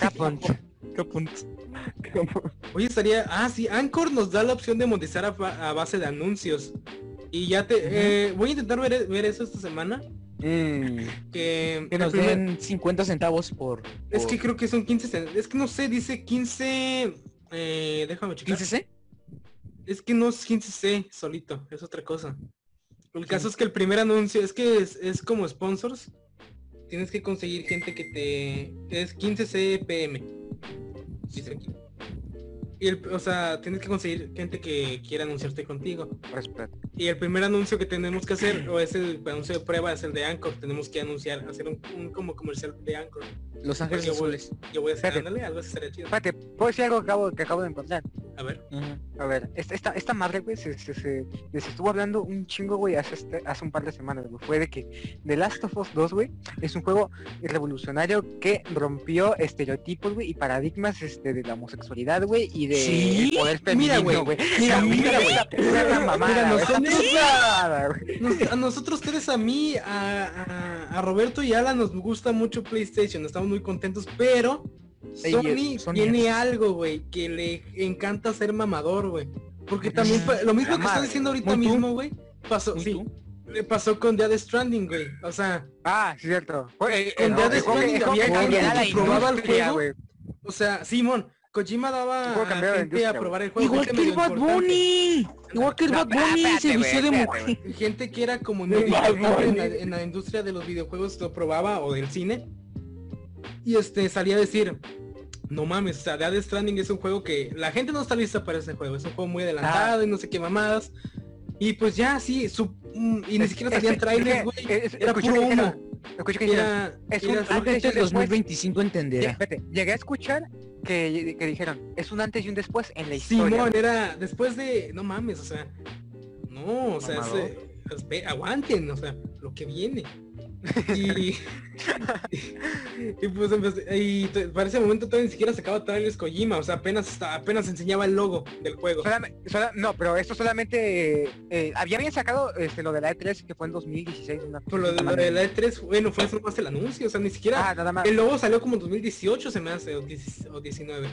S3: Capón.
S6: Capón.
S2: Oye, estaría, ah, sí, Anchor nos da la opción de monetizar a, fa- a base de anuncios. Y ya te, eh, voy a intentar ver, ver eso esta semana.
S1: Mm.
S2: Que,
S6: Que
S2: en el
S6: nos
S2: primer-
S6: den 50 centavos por...
S2: es
S6: por-
S2: que creo que son 15, cen- es que no sé, dice 15, eh, déjame checar.
S6: 15C.
S2: Es que no es 15C solito, es otra cosa. El caso es que el primer anuncio, es que es, es como sponsors. Tienes que conseguir gente que te... Es 15C PM. Dice aquí. Y el- o sea, tienes que conseguir gente que quiera anunciarte contigo.
S3: Respeto.
S2: Y el primer anuncio que tenemos que hacer, o es el anuncio de prueba, es el de Anchor. Tenemos que anunciar, hacer un, un como comercial de Anchor.
S6: Los Ángeles
S2: Porque voy-
S6: Azules.
S2: Yo voy a hacer,
S3: Espérate.
S2: ándale, algo así estaría chido.
S3: Espérate, ¿puedo decir algo que acabo, que acabo de encontrar?
S2: A ver.
S3: A ver, esta, esta, esta madre, güey, se, se, se- les estuvo hablando un chingo, güey, hace, este- hace un par de semanas, güey. Fue de que The Last of Us 2, güey, es un juego revolucionario que rompió estereotipos, güey, y paradigmas este, de la homosexualidad, güey, y de
S6: ¿Sí?
S3: el poder
S2: Mira,
S3: femenino,
S2: güey.
S3: güey.
S2: Mira, mira, güey.
S3: Mira, esa
S2: Mira,
S3: mamada, güey, esa
S2: nosotros-
S3: mamada, güey.
S2: Nos- a nosotros tres, a mí, a, a- a Roberto y Alan nos gusta mucho PlayStation, estamos muy contentos, pero
S6: Ey,
S2: Sony,
S6: eh, Sony
S2: tiene
S6: es-
S2: algo, güey, que le encanta ser mamador, güey. Porque también
S6: Mm,
S2: pa- lo mismo
S3: la
S2: que está
S3: madre,
S2: diciendo ahorita
S6: muy tú.
S2: mismo, güey, pasó,
S6: Muy
S2: sí,
S6: tú.
S2: le pasó con Dead Stranding, güey. O sea,
S3: Ah, sí, cierto. Fue-
S2: con
S3: no,
S2: Death
S3: es como
S2: Stranding
S3: que- es como
S2: había
S3: que
S2: alguien
S3: cambiara
S2: que
S3: la
S2: probaba el
S3: industria,
S2: juego.
S3: güey.
S2: o sea, Simon, Kojima daba
S3: Puedo
S2: a
S3: cambiar de
S2: gente a
S3: industria,
S2: probar el juego.
S6: Igual
S2: gente
S6: que el
S2: medio
S6: Bad
S2: importante,
S6: Bunny. Igual que el
S3: No,
S6: Bad Bunny
S3: espérate,
S6: se
S3: güey,
S6: vistió de
S3: espérate,
S6: mujer.
S2: Gente que era como
S5: Bad
S2: muy importante en la,
S5: Bunny.
S2: en la industria de los videojuegos lo probaba o del cine. Y este salía a decir, no mames, o sea, Dead
S3: Ah.
S2: Stranding es un juego que la gente no está lista para ese juego, es un juego muy adelantado y no sé qué mamadas. Y pues ya, sí, su, mm, y ni
S3: Es-
S2: siquiera
S3: es-
S2: salían
S3: es-
S2: trailers,
S3: es-
S2: güey.
S3: es-
S2: Era
S3: escuché
S2: puro
S3: que dijera-
S2: humo.
S3: Escuché que dijeron,
S2: Era,
S3: Es
S2: era-
S3: un antes y
S6: Antes
S3: un
S6: del
S2: pues,
S3: después.
S6: 2025
S3: Lle-
S6: entenderá.
S3: espérate, llegué a escuchar que, que dijeron, es un antes y un después en la historia.
S2: Simón, era después de, no mames, o sea, no, o sea,
S6: Mamador.
S2: se- espe- aguanten, o sea, lo que viene. Y, y pues empecé- y t- para ese momento todavía ni siquiera sacaba trailers Kojima, o sea, apenas está- apenas enseñaba el logo del juego.
S3: Solame- sola- no, pero esto solamente eh, eh, había bien sacado este, lo de la E3 que fue en 2016. una
S2: Pero
S3: cosa
S2: Pues lo
S3: así,
S2: de, lo
S3: mamá.
S2: de la E3, bueno, fue eso más el anuncio, o sea, ni siquiera
S3: Ah, nada más.
S2: el logo salió como en 2018 se me hace o, 10 o 19.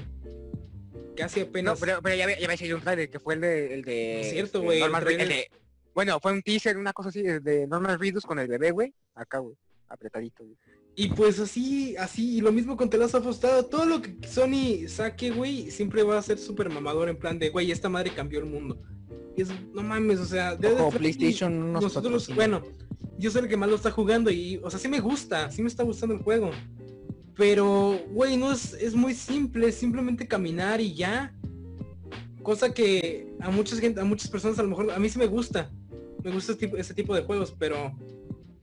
S2: Casi
S3: No,
S2: apenas.
S3: pero, pero ya, había- ya había salido un trailer que fue el de... El de
S2: No es cierto,
S3: de
S2: güey, el
S3: Norman Reedus,
S2: trailer-
S3: el de- Bueno, fue un teaser, una cosa así, el de Norman Reedus con el bebé, güey. Acá, güey. Apretadito, güey.
S2: Y pues así, así, y lo mismo con The Last of Us, todo- Todo lo que Sony saque, güey, siempre va a ser súper mamador en plan de, güey, esta madre cambió el mundo. Y es, no mames, o sea, de
S6: O PlayStation nos
S2: nosotros,
S6: patrocina.
S2: bueno, yo soy el que más lo está jugando y, o sea, sí me gusta, sí me está gustando el juego. Pero, güey, no es, es muy simple, es simplemente caminar y ya. Cosa que a muchas gente, a muchas personas a lo mejor, a mí sí me gusta. Me gusta este tipo, ese tipo de juegos, pero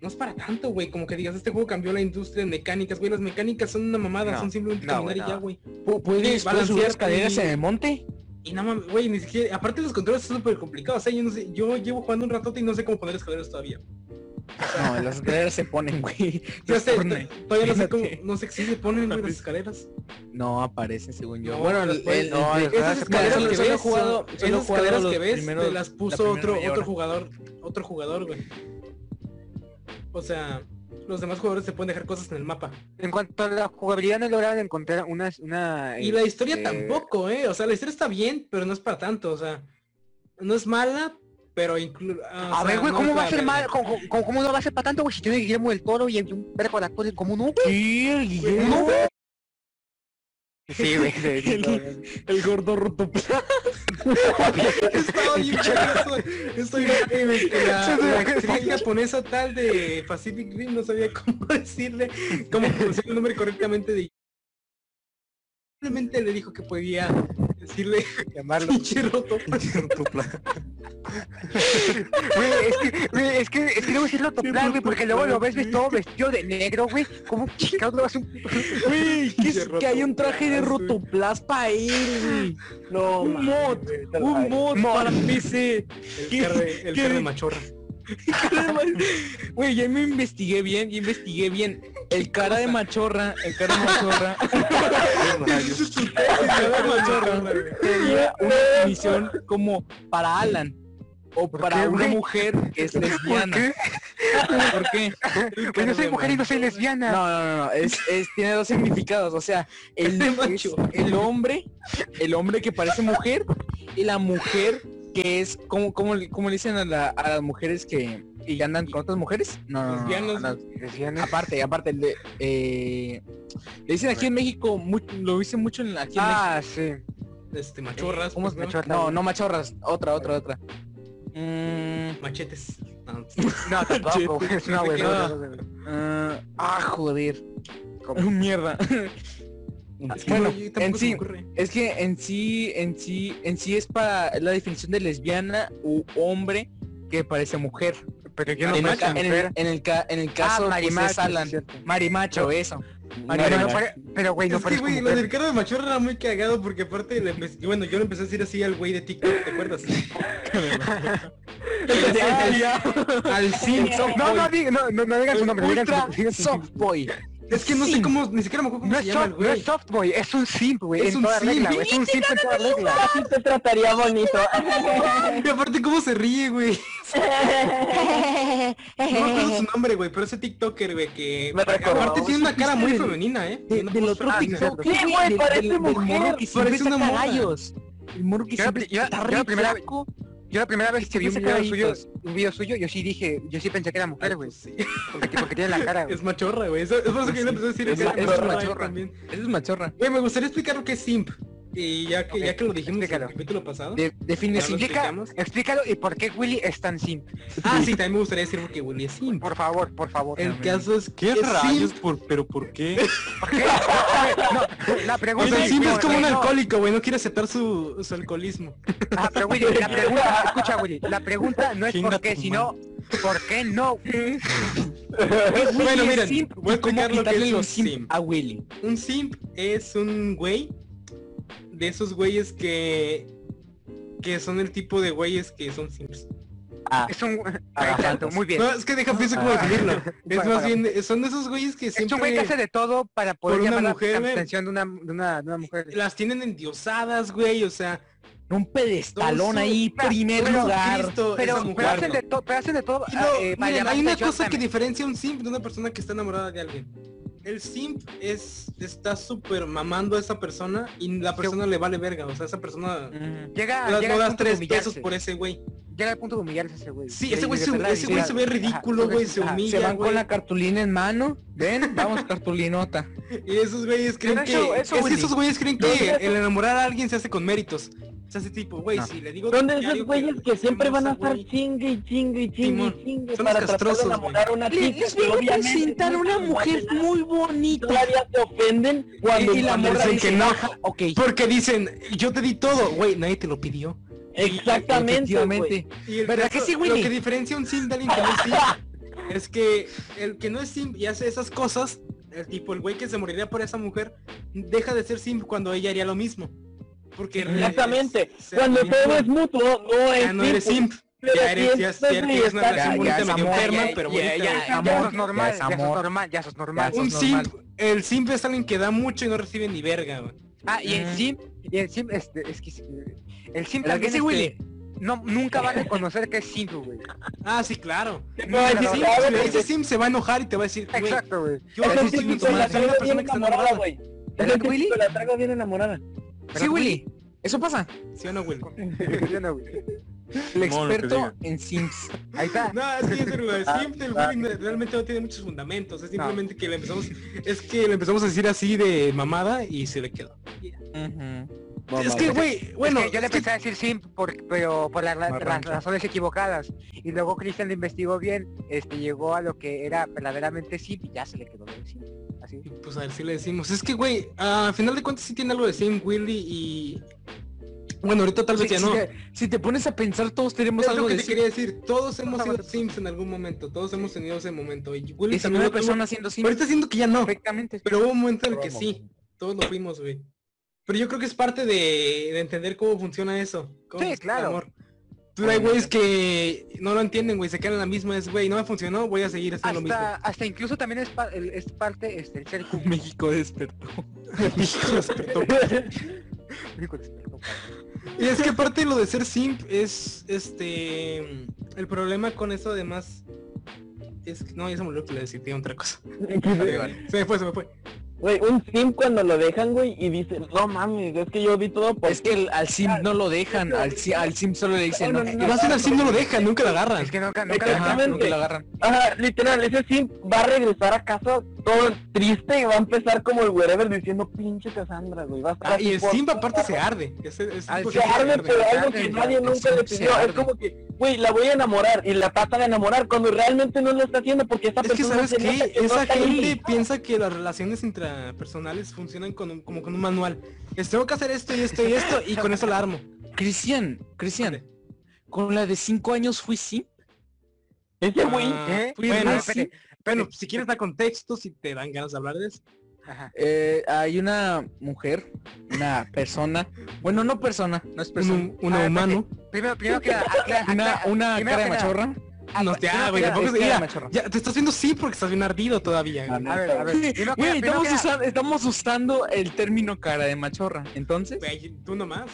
S2: no es para tanto, güey. Como que digas, este juego cambió la industria de mecánicas, güey. Las mecánicas son una mamada,
S3: No,
S2: son simplemente
S3: no,
S2: caminar
S3: güey,
S2: y ya,
S3: no.
S2: güey.
S6: Pu- ¿Puedes, puedes subir
S2: balancearte
S6: escaleras
S2: y-
S6: en el monte?
S2: Y nada más, güey, ni siquiera. Aparte los controles son súper complicados. O sea, yo no sé, yo llevo jugando un ratote y no sé cómo poner escaleras todavía.
S6: No, las escaleras se ponen, güey.
S2: Ya sé,
S6: Fortnite.
S2: t- todavía no sé cómo,
S6: Fíjate.
S2: no sé si se ponen güey, las escaleras.
S6: No aparecen según yo.
S2: No,
S6: bueno,
S2: las
S6: el-
S2: puedes-
S6: el-
S3: no,
S6: el-
S3: las
S2: Esas
S3: se
S2: escaleras
S6: pueden-
S2: que
S6: solo he
S2: ves,
S6: jugado-
S2: son-
S6: solo he
S2: esas
S6: jugado
S2: escaleras
S6: los
S2: que ves,
S6: primeros-
S2: te las
S6: la
S2: puso
S6: primera
S2: otro,
S6: media
S2: otro
S6: hora.
S2: jugador, otro jugador, güey. O sea, los demás jugadores se pueden dejar cosas en el mapa.
S3: En cuanto a la jugabilidad, no lograron encontrar una... una
S2: Y la historia
S3: este,
S2: tampoco, ¿eh? O sea, la historia está bien, pero no es para tanto, o sea, no es mala, pero ah, incluso...
S3: A ver, güey, ¿cómo va a ser mal? ¿Cómo, cómo, cómo no va a ser para tanto, güey? Si tiene Guillermo del Toro y hay un perro de actores, ¿cómo no, güey?
S6: Sí, el Guillermo.
S3: ¿Cómo no, güey? Sí, güey. sí, sí,
S6: El-
S3: todo bien.
S6: El gordo roto.
S2: Estaba bien curioso. Estoy bien que la, la actriz japonesa tal de Pacific Rim no sabía cómo decirle, cómo pronunciar el nombre correctamente de simplemente le dijo que podía decirle
S3: Llamarlo.
S2: pinche roto.
S3: Güey, es que, güey, es que, es que luego sí pues, lo toplar, güey, porque luego lo ves ves todo vestido de negro, güey. ¿Cómo chingados lo vas a un...
S6: Güey, que, es-
S2: Pinche
S6: que hay un traje de
S2: Rotoplas, güey.
S6: rotoplas para él,
S5: No,
S6: Un
S5: mames,
S6: mod,
S5: güey, te la
S6: güey. Un
S5: sabes.
S6: mod para PC.
S2: El car de, el
S6: ¿Qué?
S2: car de machorra.
S6: Güey, ya me investigué bien, ya investigué bien. El cara de
S2: cosa?
S6: machorra, el cara de machorra
S2: El car de machorra, güey.
S6: tenía una definición como para Alan o para
S3: qué,
S6: una
S3: güey?
S6: mujer que es lesbiana.
S3: qué?
S6: ¿Por qué?
S2: El
S3: Güey,
S2: car
S3: yo soy
S2: de
S3: mujer y no soy lesbiana.
S6: No, no, no, no, Es, es- tiene dos significados. O sea, el,
S3: Este
S2: Es macho.
S6: el hombre, el hombre que parece mujer y la mujer que es como como le cómo le dicen a, la- a las mujeres que y andan con otras mujeres. No, no, no, no,
S2: Lesbianas.
S6: no,
S3: Lesbiana.
S6: Aparte, aparte el de, eh, le dicen aquí en México, mu- lo dicen mucho en, aquí en
S3: Ah, sí.
S2: Este
S6: México.
S2: machorras,
S6: ¿Cómo
S2: pues,
S6: se-
S2: ¿no?
S3: Eh, machorra?
S6: No, no machorras, otra, otra, otra. Mm,
S2: machetes. No,
S3: No, tampoco, güey. No, güey, no, no, no, no.
S6: ah, ah, joder. Mierda.
S2: es que
S6: bueno,
S2: no, yo
S6: en
S2: tampoco se me
S6: sí,
S2: ocurre.
S6: es que en sí, en sí, en sí es para la definición de lesbiana u hombre que parece mujer.
S3: Pero yo
S6: en,
S3: no
S6: el,
S3: parezco
S6: ca- en, el,
S3: mujer.
S6: en el ca- en el
S3: Ah,
S6: caso pues,
S3: marimacho,
S6: es
S3: sí,
S6: Alan.
S3: es cierto.
S6: Marimacho, eso.
S3: Pero, no
S6: Marimacho.
S3: pare- pero, güey, no
S2: Es que,
S3: parezco
S2: güey, lo
S3: mujer.
S2: del cara de machorra era muy cagado porque aparte, le empe- bueno, yo le empecé a decir así al güey de TikTok, ¿te acuerdas? al Simpson.
S3: No, no, di- no, no, no digan su nombre, digan su
S6: Ultra
S3: digan su-
S6: soft boy.
S2: Es que no sé cómo, ni siquiera me acuerdo cómo
S3: No
S2: se
S3: es
S2: llama el
S3: soft, no
S2: güey.
S3: es soft boy, es un simp, güey,
S2: Es
S3: en
S2: un
S3: toda
S2: simp.
S3: regla, güey, es un simp en toda regla.
S5: Así te trataría bonito.
S2: Y aparte cómo se ríe, güey. No me acuerdo su nombre, güey, pero ese TikToker, güey, que
S5: Me recordó,
S2: aparte tiene una cara muy
S6: del-
S2: femenina, ¿eh?
S6: De- del otro
S3: ah, sí,
S6: TikTok.
S5: sí, güey,
S6: del-
S5: parece
S6: del- del
S5: mujer,
S6: morro que siempre
S2: parece una
S6: saca
S2: morra.
S6: gallos. El morro
S3: Yo
S6: que
S3: la
S6: siempre
S3: pri- yo la-
S6: está
S3: yo
S6: re
S3: la primera vez-
S6: flaco.
S3: Yo la primera vez que vi un
S6: Ese
S3: video suyo,
S6: caballito.
S3: un video suyo, yo sí dije, yo sí pensé que era mujer, güey,
S2: Sí.
S3: porque, porque tiene la cara, güey.
S2: Es machorra, güey. Eso- Es por eso que yo le empecé a decir
S6: Es
S2: que
S6: ma- es
S2: era machorra a él
S6: machorra.
S2: también.
S6: Esa es machorra.
S2: Güey, me gustaría explicar lo que es simp. Y ya que, ya que lo dijimos en el
S3: explícalo.
S2: capítulo pasado.
S6: De- define
S2: ya lo
S6: sin
S3: explica-
S2: explicamos.
S3: Explícalo y por qué Willy es tan simp.
S2: Ah, sí, también me gustaría decir porque Willy es simp.
S3: Por favor, por favor.
S2: El caso es que
S1: ¿Qué
S2: es
S1: rayos?
S2: simp.
S1: Por, ¿Pero por qué?
S3: ¿Por qué? No, la
S2: O
S3: pregunta
S2: sea, el simp es
S3: no,
S2: como un
S3: no.
S2: alcohólico, güey, no quiere aceptar su, su alcoholismo.
S3: Ah, pero Willy, la pregunta, escucha Willy, la pregunta no es
S1: Chinga
S3: por qué,
S1: tu
S3: sino por qué no.
S2: Bueno,
S6: es
S2: miren,
S6: simp,
S2: voy a
S6: y cómo
S2: explicar lo que
S6: quitarle
S2: es un
S6: los simp
S2: simp.
S6: a Willy.
S2: Un simp es un güey de esos güeyes que que son el tipo de güeyes que son simps.
S3: Es un exacto, Ah. muy bien.
S2: No, es que deja pienso cómo definirlo. Es
S3: Bueno,
S2: más
S3: bueno.
S2: bien, son de esos güeyes que
S3: Es un güey que hace
S2: siempre
S3: de todo para poder
S2: por una
S3: llamar la
S2: mujer, güey.
S3: atención de una, de una, de una mujer.
S2: las tienen endiosadas, güey, o sea,
S6: Un
S2: Dos,
S6: pedestalón ahí,
S3: una-
S6: primer
S3: pero-
S6: lugar.
S2: Cristo, esa
S3: Pero,
S2: mujer,
S3: pero hacen
S2: no.
S3: de todo, pero hacen de todo.
S2: Y no,
S3: ah, eh, para
S2: miren,
S3: llamar
S2: hay una
S3: atención
S2: cosa que
S3: también.
S2: diferencia a un simp de una persona que está enamorada de alguien. El simp es está súper mamando a esa persona y la persona le vale verga. O sea, esa persona
S6: Ah,
S3: llega,
S2: no, no
S3: llega al
S2: das
S3: punto de
S2: tres
S3: humillarse.
S2: pesos por ese güey.
S3: Llega al punto de humillarse ese güey.
S2: Sí,
S3: De-
S2: ese güey
S3: de
S2: se,
S3: verdad, "Ah,
S2: ese güey
S3: sí,
S2: se ve
S3: ajá,
S2: ridículo, güey,
S3: ajá,
S2: se
S3: ajá.
S6: Se
S2: humilla,
S6: van
S2: güey.
S6: con la cartulina en mano. Ven, vamos, cartulinota.
S2: Y esos güeyes creen que,
S5: eso- eso,
S2: es que
S5: Willy.
S2: esos güeyes creen
S5: ¿Dónde
S2: que
S5: es eso?
S2: el enamorar a alguien se hace con méritos. Se hace tipo, güey, si le digo
S5: Son de
S2: diario
S5: esos güeyes que
S2: estoy
S5: siempre van a
S2: hermosa,
S5: estar
S2: güey,
S5: chingue y chingue y chingue
S2: Simón,
S5: y chingue
S2: son los
S5: para tratar
S2: castrosos,
S5: de enamorar a una chica que obviamente nunca les va a llenar.
S6: muy
S5: Y
S6: bonita.
S5: todavía te ofenden
S2: Eh,
S5: cuando
S6: Y, y la
S5: cuando
S6: morra
S5: dicen
S6: dice,
S5: que no.
S6: "Baja". Ok.
S2: Porque dicen, yo te di todo, güey, nadie te lo pidió.
S5: Exactamente, güey.
S6: Efectivamente.
S2: Y el
S6: ¿Verdad
S2: caso-
S6: que sí,
S2: Lo
S6: Willy?
S2: que diferencia a un sim de alguien que no es sim es que el que no es sim y hace esas cosas, el tipo, el güey que se moriría por esa mujer, deja de ser sim cuando ella haría lo mismo. Porque re-
S5: Exactamente.
S2: se-
S5: Cuando
S2: se-
S5: todo es mutuo, no es
S2: ya no eres simp. Ya eres, ya, ya tienes una
S5: Ya-
S2: relación
S5: ya
S2: bonita,
S6: es
S2: medio
S6: amor,
S2: enferma,
S6: ya-
S2: pero
S6: ya-
S2: bonita.
S6: ya-
S2: güey.
S3: Ya,
S6: Amor,
S3: sos normal,
S6: ya es
S3: ya sos
S6: amor.
S3: normal, ya sos normal.
S6: Ya
S2: un
S6: sos
S2: simp, el simp es alguien que da mucho y no recibe ni verga, güey.
S3: Ah, y el
S6: Ujú.
S3: simp, y el simp, este, es que el simp
S6: ¿Verdad que
S3: también
S6: sí,
S3: este,
S6: Willy?
S3: no, nunca va a reconocer que es simp, güey.
S2: Ah, sí, claro.
S5: No, es
S2: Ese
S5: decir,
S2: simp-
S5: a ver,
S2: ese simp se va a enojar y te va a decir, güey,
S3: Exacto, güey.
S2: yo
S5: es
S2: no
S5: el
S2: soy un
S5: típico, la
S2: tomate, soy una
S5: traigo bien
S2: persona que está
S5: enamorada,
S2: enamorada.
S5: güey. Es
S6: ¿Verdad,
S5: el
S6: Willy?
S5: típico, la traigo bien enamorada.
S6: Sí, Willy. Eso pasa.
S2: ¿Sí o no, Willy?
S3: Yo no, güey.
S6: El
S1: Simón, lo que
S6: experto
S1: diga.
S6: en Sims.
S3: Ahí está.
S2: No, es que yo te lo decía, el bullying no- realmente no tiene muchos fundamentos, es simplemente que le empezamos, es que le empezamos a decir así de mamada y se le quedó. es que, güey, bueno,
S3: Bueno, yo le
S2: es que-
S3: empecé a decir simp, por- pero por la- la- las
S6: Marrancho.
S3: razones equivocadas. Y luego Cristian lo investigó bien, este, llegó a lo que era verdaderamente simp y ya se le quedó lo de simp. Así.
S2: pues a ver si le decimos, es que, güey, a final de cuentas sí tiene algo de Sim Willy y... Bueno, ahorita tal vez
S6: Si,
S2: ya
S6: si
S2: no.
S6: te, si te pones a pensar, todos tenemos
S2: Es lo
S6: algo
S2: que
S6: de
S2: te
S6: Sims.
S2: quería decir, todos hemos
S3: Vamos a
S2: sido Sims en algún momento, todos hemos tenido ese momento. Y Willy también
S6: 19
S2: lo tuvo,
S6: personas haciendo
S2: pero
S6: Sims.
S2: ahorita siento que ya no.
S6: Perfectamente.
S2: Pero hubo un momento en el que sí, todos lo fuimos, güey. Pero yo creo que es parte de, de entender cómo funciona eso. cómo funciona
S3: Sí,
S2: el
S3: claro.
S2: amor. Pero hay güeyes que no lo entienden, güey, se quedan en la misma, es, güey, no me funcionó, voy a seguir haciendo
S3: Hasta, hasta incluso también es, pa- el- es parte este, el ser
S6: México despertó.
S2: lo mismo. Hijo, respeto.
S3: público experto, padre.
S2: y es que parte de lo de ser simp es, este, el problema con eso además es que, no, ya se me olvidó que le decía, tenía otra cosa. Se me fue, se me fue.
S5: Güey, un sim cuando lo dejan, güey, y dice, no mames, es que yo vi todo por
S6: Es que el- al Sim no lo dejan. Al, si- al Sim solo le dicen.
S5: No,
S6: No,
S5: no, no,
S2: Y más bien así no lo dejan, nunca lo agarran.
S3: Es que nunca, nunca
S6: Ajá,
S5: Exactamente.
S6: nunca lo agarran.
S5: Ajá, literal, ese sim va a regresar a casa todo triste y va a empezar como el wherever diciendo pinche Cassandra, güey. Va a estar
S2: Ah, y el
S5: por-
S2: simp aparte se arde. Es, es
S3: Ah,
S2: tipo
S5: Se
S2: que
S5: arde, pero
S3: se
S5: algo
S3: arde,
S5: que
S3: se
S5: nadie nunca le
S6: arde.
S5: pidió. Es como que, güey, la voy a enamorar y la trata de enamorar cuando realmente no lo está haciendo porque esta
S2: Es que
S5: persona
S2: sabes
S5: se nota
S2: qué,
S5: no
S2: esa
S5: está
S2: gente
S5: ahí.
S2: piensa que las relaciones intrapersonales funcionan con un- como con un manual. Es, tengo que hacer esto y esto y esto y con eso la armo.
S6: Cristian, Cristian, con la de 5 años fui Sim.
S5: Ese güey,
S2: Ah,
S3: ¿eh?
S2: Bueno,
S3: Ah,
S2: sí,
S3: espérate.
S2: bueno, si quieres dar contexto, si te dan ganas de hablar de eso.
S3: Ajá.
S6: Eh, hay una mujer, una persona, bueno, no persona, no es persona,
S2: Un, un
S3: Ah,
S2: humano.
S3: Primero, primero que nada, ah, aclara-
S6: una,
S3: aclara-
S6: una
S3: primero
S6: cara de
S3: que nada,
S6: machorra.
S2: No,
S3: aclara-
S2: ya, güey,
S3: primero
S2: tampoco
S3: que
S2: se-
S3: nada,
S2: mira, Ya, te estás viendo sí porque estás bien ardido todavía. güey.
S6: Ah, no.
S3: A ver, a ver. primero que-
S6: Güey,
S3: primero
S6: estamos,
S3: que nada,
S6: usa- estamos usando el término cara de machorra, entonces.
S2: Güey, tú nomás.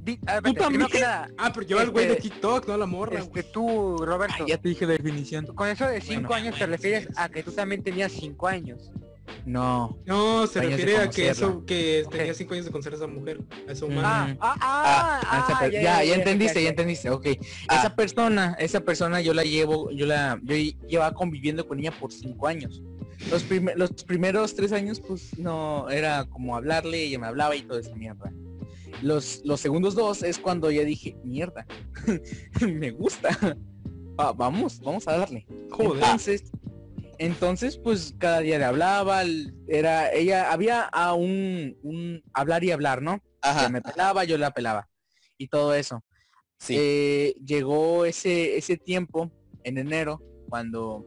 S3: di- a ver, espérate,
S6: también.
S3: primero que nada,
S2: Ah, pero yo al güey de
S3: Este-
S2: TikTok, no a la morra. güey.
S3: este, tú, Roberto,
S6: Ay, ya te dije la definición.
S3: con eso de 5
S6: Bueno,
S3: años te
S2: bueno,
S3: refieres
S2: sí,
S3: a que tú también tenías 5 años.
S6: No.
S2: No, se
S6: Vayas de
S2: refiere a que
S6: conocerla.
S2: eso, que
S3: Ok.
S2: tenía cinco años de conocer a esa mujer, a esa
S6: Mm.
S2: humana.
S3: Ah, ah, ah,
S6: Ah, esa per- ya, ya, entendiste, ya Ah.
S3: ya.
S6: entendiste, ok. Esa persona, esa persona yo la llevo, yo la, yo llevaba conviviendo con ella por cinco años. Los, prim- los primeros tres años, pues, no, era como hablarle, ella me hablaba y toda esa mierda. Los, los segundos dos es cuando ya dije, mierda, me gusta. Va- vamos, vamos a darle.
S2: Joder.
S6: Entonces, entonces, pues cada día le hablaba, l- era, ella, había a un, un hablar y hablar, ¿no? Ella
S7: Ajá,
S6: me pelaba, yo la pelaba. Y todo eso.
S7: sí.
S6: Eh, llegó ese, ese tiempo, en enero, cuando,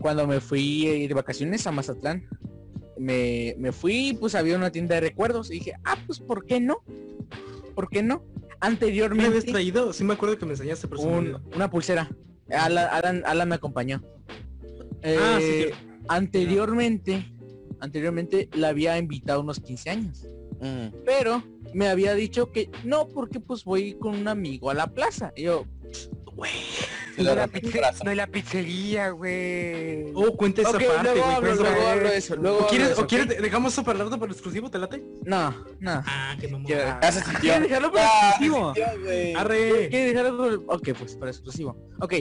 S6: cuando me fui eh, de vacaciones a Mazatlán. Me, me fui, pues había una tienda de recuerdos y dije, ah, pues ¿por qué no? ¿Por qué no?
S2: ¿Me habías
S6: Anteriormente
S2: traído? Sí me acuerdo que me enseñaste, pero se me
S6: un-
S2: olvidó.
S6: una pulsera. Alan, Alan, Alan me acompañó.
S2: Ah, sí,
S6: Eh,
S2: cierto.
S6: anteriormente, anteriormente la había invitado a unos 15 años.
S7: Mm.
S6: Pero me había dicho que no, porque pues voy con un amigo a la plaza. Y yo,
S7: Sí,
S3: No
S7: le
S3: la,
S7: rompí el
S3: pizze-
S7: corazón.
S3: no la pizzería, güey.
S2: Oh, cuenta esa
S6: ok,
S2: parte,
S6: luego
S2: güey,
S6: hablo,
S2: cuenta esa
S6: luego
S2: parte.
S6: hablo de eso. Luego
S2: ¿O
S6: hablo de
S2: quieres,
S6: eso,
S2: o
S6: ¿ok?
S2: quieres dejamos esa palabra para el exclusivo, te late?
S6: No, no.
S2: Ah, qué mamón.
S6: Quiero-
S7: Ya se sintió.
S6: ¿Quieres dejarlo para
S7: Ah,
S6: exclusivo?
S7: Ya, güey.
S2: Arre.
S6: ¿Quieres dejarlo para- Ok, pues para exclusivo. Ok,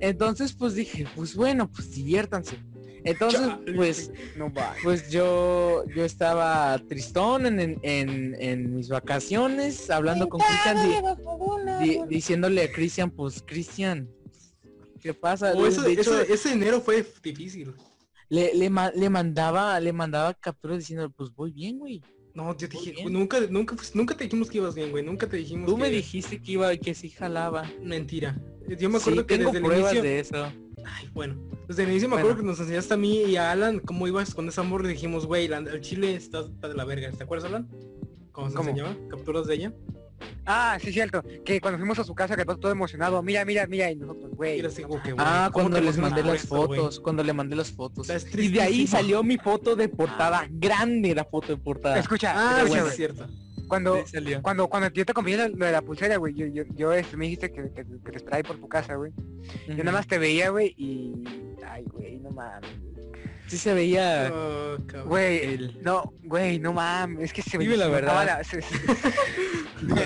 S6: entonces pues dije, pues bueno, pues diviértanse. Entonces,
S2: Chale.
S6: pues
S3: No va.
S6: Pues yo, yo estaba tristón en, en- en- en mis vacaciones, hablando con Cristian, di- di- diciéndole a Cristian, pues Cristian, ¿qué pasa?
S2: O
S6: De-
S2: ese,
S6: de hecho,
S2: ese- ese enero fue difícil.
S6: le, le ma- le mandaba, le mandaba capturas diciendo, pues voy bien, güey.
S2: No, yo te
S6: Muy
S2: dije,
S6: bien.
S2: nunca, nunca, pues, nunca te dijimos que ibas bien, güey. Nunca te dijimos
S6: Tú
S2: que...
S6: me dijiste que iba, que sí jalaba.
S2: Mentira. Yo me acuerdo
S6: Sí,
S2: que
S6: tengo
S2: desde el
S6: pruebas
S2: inicio...
S6: de eso.
S2: Ay, bueno. Desde el inicio me acuerdo que nos enseñaste a mí y a Alan cómo ibas con ese amor. Le dijimos, güey, la- el chile está está de la verga. ¿Te acuerdas, Alan? ¿Cómo se
S3: ¿Cómo?
S2: enseñaba? ¿Capturas de ella?
S3: Ah, sí, cierto. Que cuando fuimos a su casa que todo, todo emocionado. Mira, mira, mira. Y nosotros,
S2: Y
S3: güey.
S2: era así como que, güey,
S6: Ah,
S2: ¿cómo
S6: cuando
S2: te
S6: les
S2: emocionas
S6: mandé
S2: por
S6: las
S2: esto, güey?
S6: fotos, cuando le mandé las fotos.
S2: Estás
S6: Y de ahí
S2: tristísimo.
S6: salió mi foto de portada, grande la foto de portada.
S3: Escucha,
S2: Ah, sí,
S3: escucha,
S2: es
S3: güey.
S2: cierto.
S3: Cuando,
S6: Sí, salió.
S3: cuando, cuando yo te acompañé lo, lo de la pulsera, güey, yo, yo, yo este, me dijiste que, que, que te trae por tu casa, güey. Yo nada más te veía, güey, y... Ay, güey, no mames. güey.
S6: Sí se veía
S2: Ah, cabrón.
S3: Güey,
S6: el-
S3: no, güey, no mames. Es que se
S6: Dime la
S3: se notaba
S6: verdad.
S3: la- se- se-
S6: Dime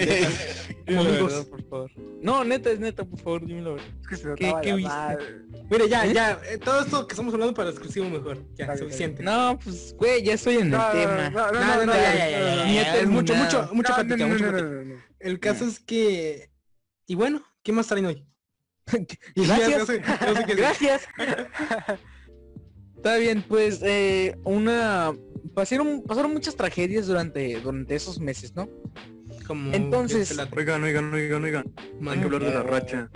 S6: la
S2: Amigos.
S6: verdad, por favor. No, neta, es neta, por favor, dime la verdad.
S3: es que se
S6: ¿Qué-
S3: notaba
S6: qué
S3: la
S6: viste?
S3: madre.
S2: Mira, ya, ya, eh, todo esto que estamos hablando para exclusivo mejor. Ya,
S3: Dale,
S2: suficiente.
S6: No, pues, güey, ya estoy en
S3: No,
S6: el tema.
S3: no, no, no,
S2: Nada,
S3: no,
S2: nada,
S3: ya, ya, ya, ya,
S2: nada.
S3: ya,
S6: Nieto,
S2: Es mucho,
S6: nada.
S2: mucho, mucha
S3: No,
S2: plática,
S3: no,
S2: mucha
S3: no, no,
S2: plática.
S3: no, no, no.
S2: El caso es que... Y bueno, ¿qué más traen hoy? Ya
S6: Gracias.
S2: sé, ya sé que sí.
S6: Gracias. Está bien, pues, eh, una... Pasaron, pasaron muchas tragedias durante, durante esos meses, ¿no?
S2: Como
S6: Entonces-
S2: que se la-
S1: Oigan, oigan, oigan, oigan. Hay que hablar de la racha.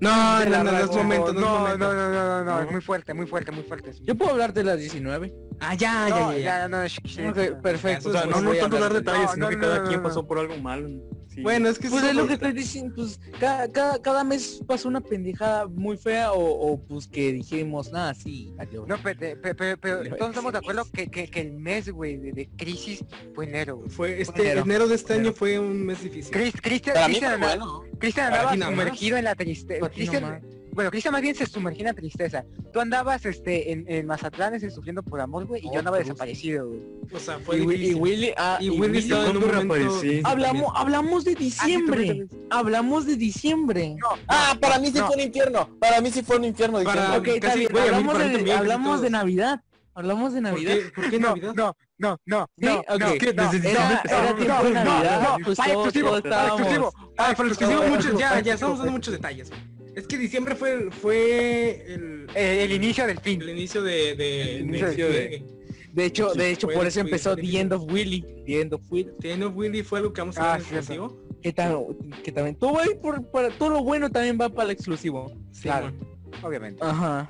S2: No,
S3: Te
S2: no,
S3: la
S2: no, no es
S3: rajo.
S2: momento, no es
S3: no, no,
S2: momento.
S3: no, no, no, no, es
S2: No.
S3: muy fuerte, muy fuerte, muy fuerte. es muy-
S6: Yo puedo hablar de las 19.
S2: Ah, ya,
S3: No,
S2: ya, ya, ya.
S3: ya, no, sh- sh-
S6: Ok, perfecto.
S1: O sea, no,
S6: pues
S1: no
S6: voy a
S1: tanto
S6: hablar
S1: dar
S6: de-
S1: detalles,
S3: No,
S1: sino
S3: no,
S1: que
S3: no,
S1: cada
S3: no,
S1: quien
S3: no.
S1: pasó por algo malo. Sí.
S2: Bueno, es que
S6: Pues
S2: sí,
S6: es lo que
S2: güey.
S6: estoy diciendo, pues cada, cada, cada mes pasa una pendejada muy fea o, o pues que dijimos, nada, sí, adiós.
S3: No, pero, pero, pero, pero
S6: Lo
S3: todos estamos de
S6: exhibes.
S3: acuerdo que, que, que el mes, güey, de, de crisis fue enero, güey.
S2: Fue este
S6: enero.
S2: enero, de este año fue un mes difícil.
S3: Cris- Cristian
S7: Para mí
S3: Cristian
S7: fue
S3: andaba,
S7: bueno.
S3: Cristian
S2: Para
S3: andaba
S2: ti nada más.
S3: sumergido en la tristeza.
S6: Para ti nomás.
S3: Cristian, bueno, Cristian más bien se sumergió en la tristeza. Tú andabas este, en, en Mazatlán ese, sufriendo por amor, güey,
S2: Oh,
S3: y yo
S2: pues.
S3: andaba desaparecido, güey.
S2: O sea, fue
S6: Y, Wi- y
S2: difícil.
S6: Willy, ah,
S2: Y
S6: y
S2: Willy
S6: Willy-
S2: estaba en un
S1: ¿Cuándo
S2: momento...
S1: reaparecí?
S6: hablamos, hablamos de diciembre. Hablamos de diciembre.
S3: No,
S7: Ah, para mí sí
S3: No.
S7: fue un infierno. Para mí sí fue un infierno.
S2: Para-
S7: diciembre.
S6: ok, está
S2: casi,
S6: bien,
S2: güey, a mí
S6: hablamos,
S2: para
S6: de,
S2: mí también,
S6: hablamos
S2: todos.
S6: de Navidad. Hablamos de
S2: ¿Por
S6: Navidad.
S2: qué, ¿Por qué
S3: no,
S2: Navidad?
S3: no, no, no,
S6: Sí,
S3: no,
S6: ok.
S3: no,
S1: ¿Qué?
S3: no,
S1: Desde
S6: Era,
S1: diciembre
S6: era
S1: estábamos-
S6: tiempo de
S3: no,
S6: Navidad,
S3: no,
S6: pues
S3: para
S6: todos,
S3: exclusivo,
S6: todos
S3: para
S6: estábamos-
S3: exclusivo.
S2: Ah, pero el exclusivo
S3: No,
S2: muchos, ya,
S3: perfecto,
S2: ya estamos dando
S3: perfecto.
S2: muchos detalles. Es que diciembre fue el, fue el,
S3: Eh, el inicio del fin.
S2: el inicio de, de-
S6: El inicio
S2: de-
S6: de- De hecho, de hecho,
S2: Fue
S6: por
S2: el-
S6: eso
S2: fue el-
S6: empezó
S2: fue el-
S6: The End of Willy. The End of Willy.
S2: The End of Willy fue algo que vamos a
S3: Ah,
S2: hablar en el
S3: cierto.
S2: exclusivo.
S6: Que, tam- que también. Todo, va a ir por- para, todo lo bueno también va para el exclusivo.
S2: Sí,
S3: Claro.
S2: bueno.
S3: Obviamente.
S6: Ajá.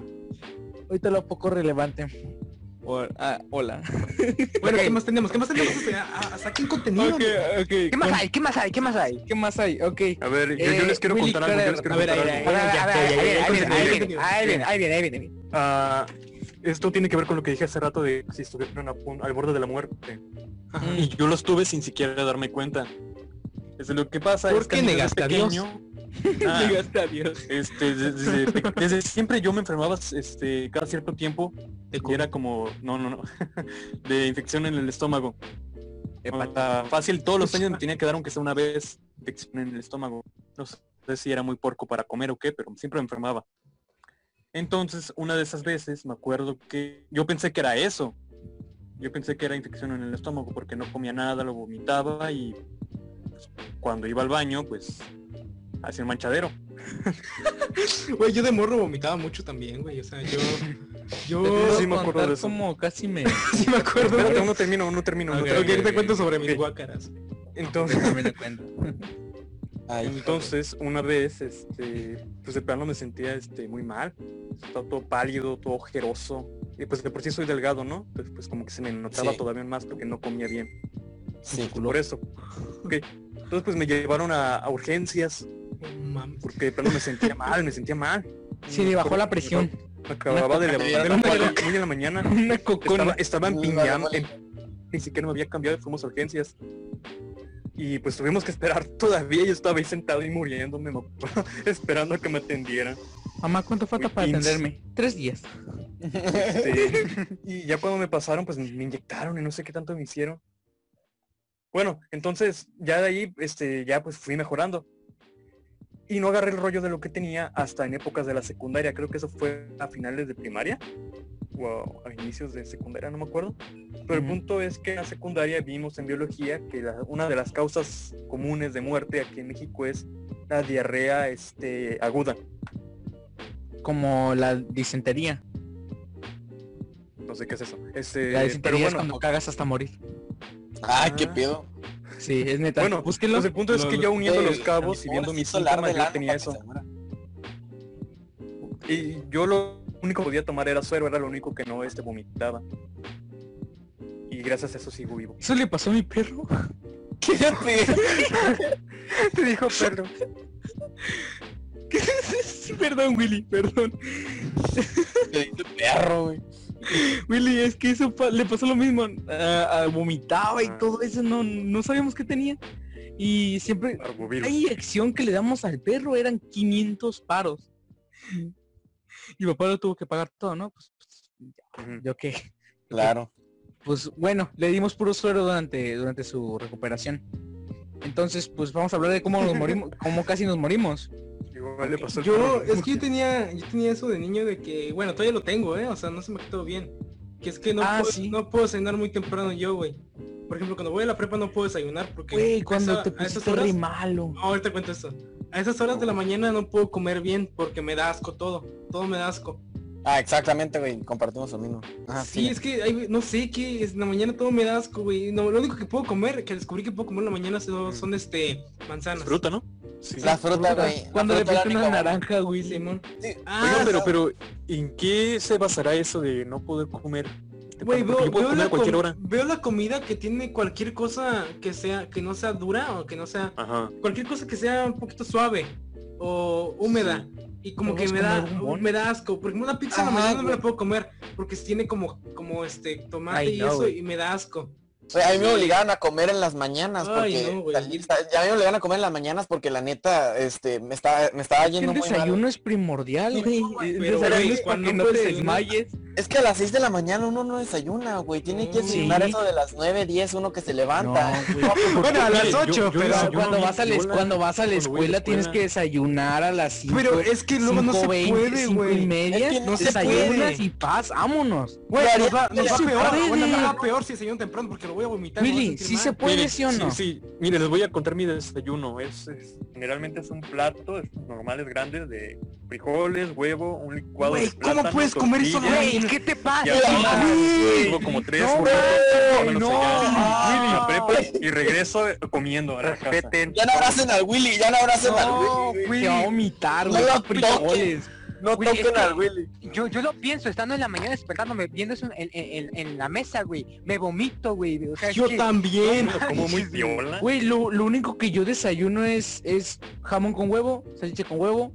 S6: Ahorita lo poco relevante. Por- ah, hola.
S2: Bueno, ¿qué más tenemos? ¿Qué más tenemos? O sea, a- a- saquen contenido.
S6: Ok,
S2: güey.
S6: ok.
S3: ¿Qué más hay? ¿Qué más hay? ¿Qué más hay?
S6: ¿Qué más hay? Ok.
S1: A ver, yo, yo
S6: Eh,
S1: les quiero
S6: Willy
S1: contar algo.
S6: Cara-
S1: Yo les quiero
S6: a ver,
S1: contar
S6: ahí,
S1: algo.
S6: ahí, ahí,
S3: A ver, a
S6: ahí,
S3: ver,
S6: ahí,
S3: a ver,
S6: ahí,
S3: ahí
S6: ahí,
S3: viene, ahí viene, ahí viene, ahí viene.
S1: Ah, esto tiene que ver con lo que dije hace rato de si estuvieron a pun- al borde de la muerte.
S2: Ajá.
S1: Y yo lo estuve sin siquiera darme cuenta. Desde lo que pasa
S2: ¿Por
S1: es que
S2: qué
S1: a mí desde
S2: negaste a Dios?
S1: pequeño- Ah,
S6: Llegaste a Dios.
S1: este, desde, desde- desde siempre yo me enfermaba este, cada cierto tiempo
S2: De
S1: y era como, no, no, no, de infección en el estómago. O sea, fácil, todos los años me tenía que dar aunque sea una vez infección en el estómago. No sé si era muy porco para comer o qué, pero siempre me enfermaba. Entonces, una de esas veces, me acuerdo que yo pensé que era eso. Yo pensé que era infección en el estómago porque no comía nada, lo vomitaba y pues, cuando iba al baño, pues hacía un manchadero.
S2: Güey, yo de morro vomitaba mucho también, güey. O sea, yo.
S1: Yo
S2: Yo
S1: sí me acuerdo de eso.
S4: como casi me...
S2: sí me acuerdo.
S1: Espérate,
S2: güey.
S1: aún no termino, aún no termino. aún no
S2: Ok,
S1: termino.
S2: ahorita cuento sobre mis
S1: Ok.
S2: guácaras.
S1: Entonces,
S4: Déjame le cuento.
S1: Ah, Entonces, una vez, este, pues de plano me sentía este, muy mal. Estaba todo pálido, todo ojeroso. Y pues de por sí soy delgado, ¿no? Pues, pues como que se me notaba
S7: Sí.
S1: todavía más porque no comía bien.
S7: Sí,
S1: Por eso. Ok. Entonces pues me llevaron a, a urgencias
S2: No mames.
S1: porque de plano me sentía mal, me sentía mal.
S6: Se le bajó la presión.
S1: Me acababa de levantar a las cuatro, muy de la mañana.
S6: Una cocona.
S1: Estaba, estaba en
S7: Muy
S1: Piñam,
S7: normal.
S1: en- ni siquiera me había cambiado, fuimos a urgencias. Y pues tuvimos que esperar todavía, yo estaba ahí sentado y muriéndome, me acuerdo, esperando a que me atendieran.
S6: Mamá, ¿cuánto falta
S1: Muy
S6: para
S1: pins.
S6: atenderme? Tres días.
S1: Este, y ya cuando me pasaron, pues me inyectaron y no sé qué tanto me hicieron. Bueno, entonces ya de ahí, este, ya pues fui mejorando. Y no agarré el rollo de lo que tenía hasta en épocas de la secundaria. Creo que eso fue a finales de primaria o a, a inicios de secundaria, no me acuerdo. Pero el
S6: Ujú.
S1: punto es que en la secundaria vimos en biología que la- una de las causas comunes de muerte aquí en México es la diarrea este, aguda.
S6: Como la disentería.
S1: No sé qué es eso. Este,
S6: La
S1: pero
S6: disentería es
S1: bueno,
S6: cuando cagas hasta morir.
S7: Ah, qué pedo.
S6: Sí, es neta.
S1: Bueno,
S6: búsquenlo.
S1: pues el punto es
S2: Lo-
S1: que
S2: lo-
S1: yo uniendo los
S7: Eh,
S1: cabos y
S7: ahora
S1: viendo
S7: sí
S1: mis
S7: solar
S1: síntomas,
S7: del
S1: yo
S7: ano
S1: tenía
S7: para que
S1: eso.
S7: se muera.
S1: Y yo lo único que podía tomar era suero, era lo único que no este, vomitaba. Y gracias a eso sigo vivo.
S6: Eso le pasó a mi perro.
S7: ¿Qué pedo?
S3: Te dijo perro.
S6: perdón, Willy, perdón.
S7: Te dice perro, güey.
S6: Willy, es que eso pa- le pasó lo mismo. ah, ah, vomitaba y
S1: Ah.
S6: todo eso. No, no sabíamos qué tenía. Y siempre... La
S1: Arbovirus.
S6: inyección que le damos al perro eran 500 paros. Y papá lo tuvo que pagar todo, ¿no? Pues, pues,
S1: Ujú.
S6: yo qué.
S7: Claro.
S6: pues bueno, le dimos puro suero durante, durante su recuperación. Entonces, pues vamos a hablar de cómo nos morimos, cómo casi nos morimos.
S1: Igual le pasó el
S2: Yo,
S1: perro.
S2: es que yo tenía, yo tenía eso de niño de que, bueno, todavía lo tengo, ¿eh? O sea, no se me quitó bien. Que es que no,
S6: Ah,
S2: puedo,
S6: sí.
S2: no puedo cenar muy temprano yo, güey. Por ejemplo, cuando voy a la prepa no puedo desayunar porque...
S6: Güey,
S2: a
S6: cuando
S2: esa-
S6: te
S2: a esas
S6: pusiste
S2: horas-
S6: re malo.
S2: No, ahorita cuento esto. A esas horas de la mañana no puedo comer bien porque me da asco todo. Todo me da asco.
S7: Ah, exactamente, güey. Compartimos lo mismo.
S6: Ah,
S7: Ajá,
S2: sí, es que hay- no sé qué, es, en la mañana todo me da asco, güey. No, lo único que puedo comer, que descubrí que puedo comer en la mañana
S6: Mm.
S2: son, son, este manzanas.
S1: Es fruta, ¿no? Sí.
S7: La fruta, güey. la
S6: Cuando le
S7: fruta era
S6: pusiste una
S7: rica,
S6: naranja, güey.
S2: Simón.
S7: Sí.
S2: Ah,
S1: Oigan, pero, pero, ¿en qué se basará eso de no poder comer? Porque
S2: Güey, veo,
S1: yo puedo
S2: veo
S1: comer
S2: la
S1: a cualquier
S2: com-
S1: hora.
S2: veo la comida que tiene cualquier cosa que sea, que no sea dura o que no sea,
S1: Ajá.
S2: cualquier cosa que sea un poquito suave o húmeda. Y como que me da, me da asco. Porque una pizza en la
S7: Ajá,
S2: mañana no me la
S7: güey.
S2: puedo comer. Porque tiene como, como este tomate
S6: Ay,
S2: y
S6: no,
S2: eso
S6: güey.
S2: y me da asco.
S7: Güey, a mí me obligaban a comer en las mañanas
S2: Ay,
S7: porque
S2: no, güey.
S7: salí- sa- ya me obligaban a comer en las mañanas porque la neta este me estaba me estaba
S6: El
S7: yendo muy mal.
S6: desayuno es primordial,
S2: Sí,
S6: güey.
S2: no, güey,
S6: El
S2: pero,
S6: desayuno
S2: güey,
S6: es para
S2: cuando
S6: que
S2: no
S6: no te
S2: puedes desayunar.
S6: desmayes.
S7: Es que a las 6 de la mañana uno no desayuna, güey. Tiene que
S2: Sí.
S7: desayunar eso de las 9, 10, uno que se
S6: No,
S7: levanta.
S6: güey.
S2: Bueno, a las
S1: Yo-
S2: ocho,
S1: yo
S2: pero-
S1: desayuno
S6: cuando
S1: bien,
S6: vas a la,
S1: yo
S6: es- cuando vas
S1: cuando voy a
S6: a la
S1: la
S6: escuela tienes
S1: escuela-
S6: que desayunar a las 5.
S2: Pero es que luego no se puede,
S6: y
S2: güey.
S6: media,
S7: Es que no se
S6: desayunas
S7: puede.
S6: y paz, vámonos.
S2: Güey,
S7: Pero
S2: nos va, nos
S7: ya
S2: va
S6: se
S2: peor,
S6: puede.
S2: bueno, me va peor si desayuno temprano porque lo voy a vomitar. me voy a
S6: Willy,
S2: sentir
S6: sí
S2: mal.
S6: se puede,
S1: Miren,
S6: sí o no.
S1: Sí, sí. Mire, les voy a contar mi desayuno. Es, es- generalmente es un plato, estos normales grandes de frijoles, huevo, un licuado
S2: Güey,
S1: de
S2: ¿cómo
S1: plátano,
S2: puedes comer eso,
S1: tortilla,
S3: Güey, ¿qué te
S1: Y
S3: pasa?
S1: aparte,
S7: güey.
S1: tengo como tres
S7: No,
S1: burritos,
S7: güey,
S1: menos
S7: no.
S1: allá,
S7: Ah.
S1: la prepa, y regreso eh, comiendo a la casa.
S3: Respeten.
S7: Ya no abracen al Willy, ya no abracen al
S3: No,
S7: Willy. güey.
S6: Te va a vomitar,
S7: No
S6: güey.
S7: lo
S6: frijoles.
S7: No
S3: Willy, es
S7: toquen
S3: que-
S7: al Willy.
S3: Yo, yo lo pienso, estando en la mañana despertándome, viendo eso en, en- en- en la mesa, güey. Me vomito, güey. O sea, es
S2: Yo
S3: que-
S2: también.
S1: Lo como muy viola.
S6: Güey, lo, lo único que yo desayuno es, es jamón con huevo, salchicha con huevo,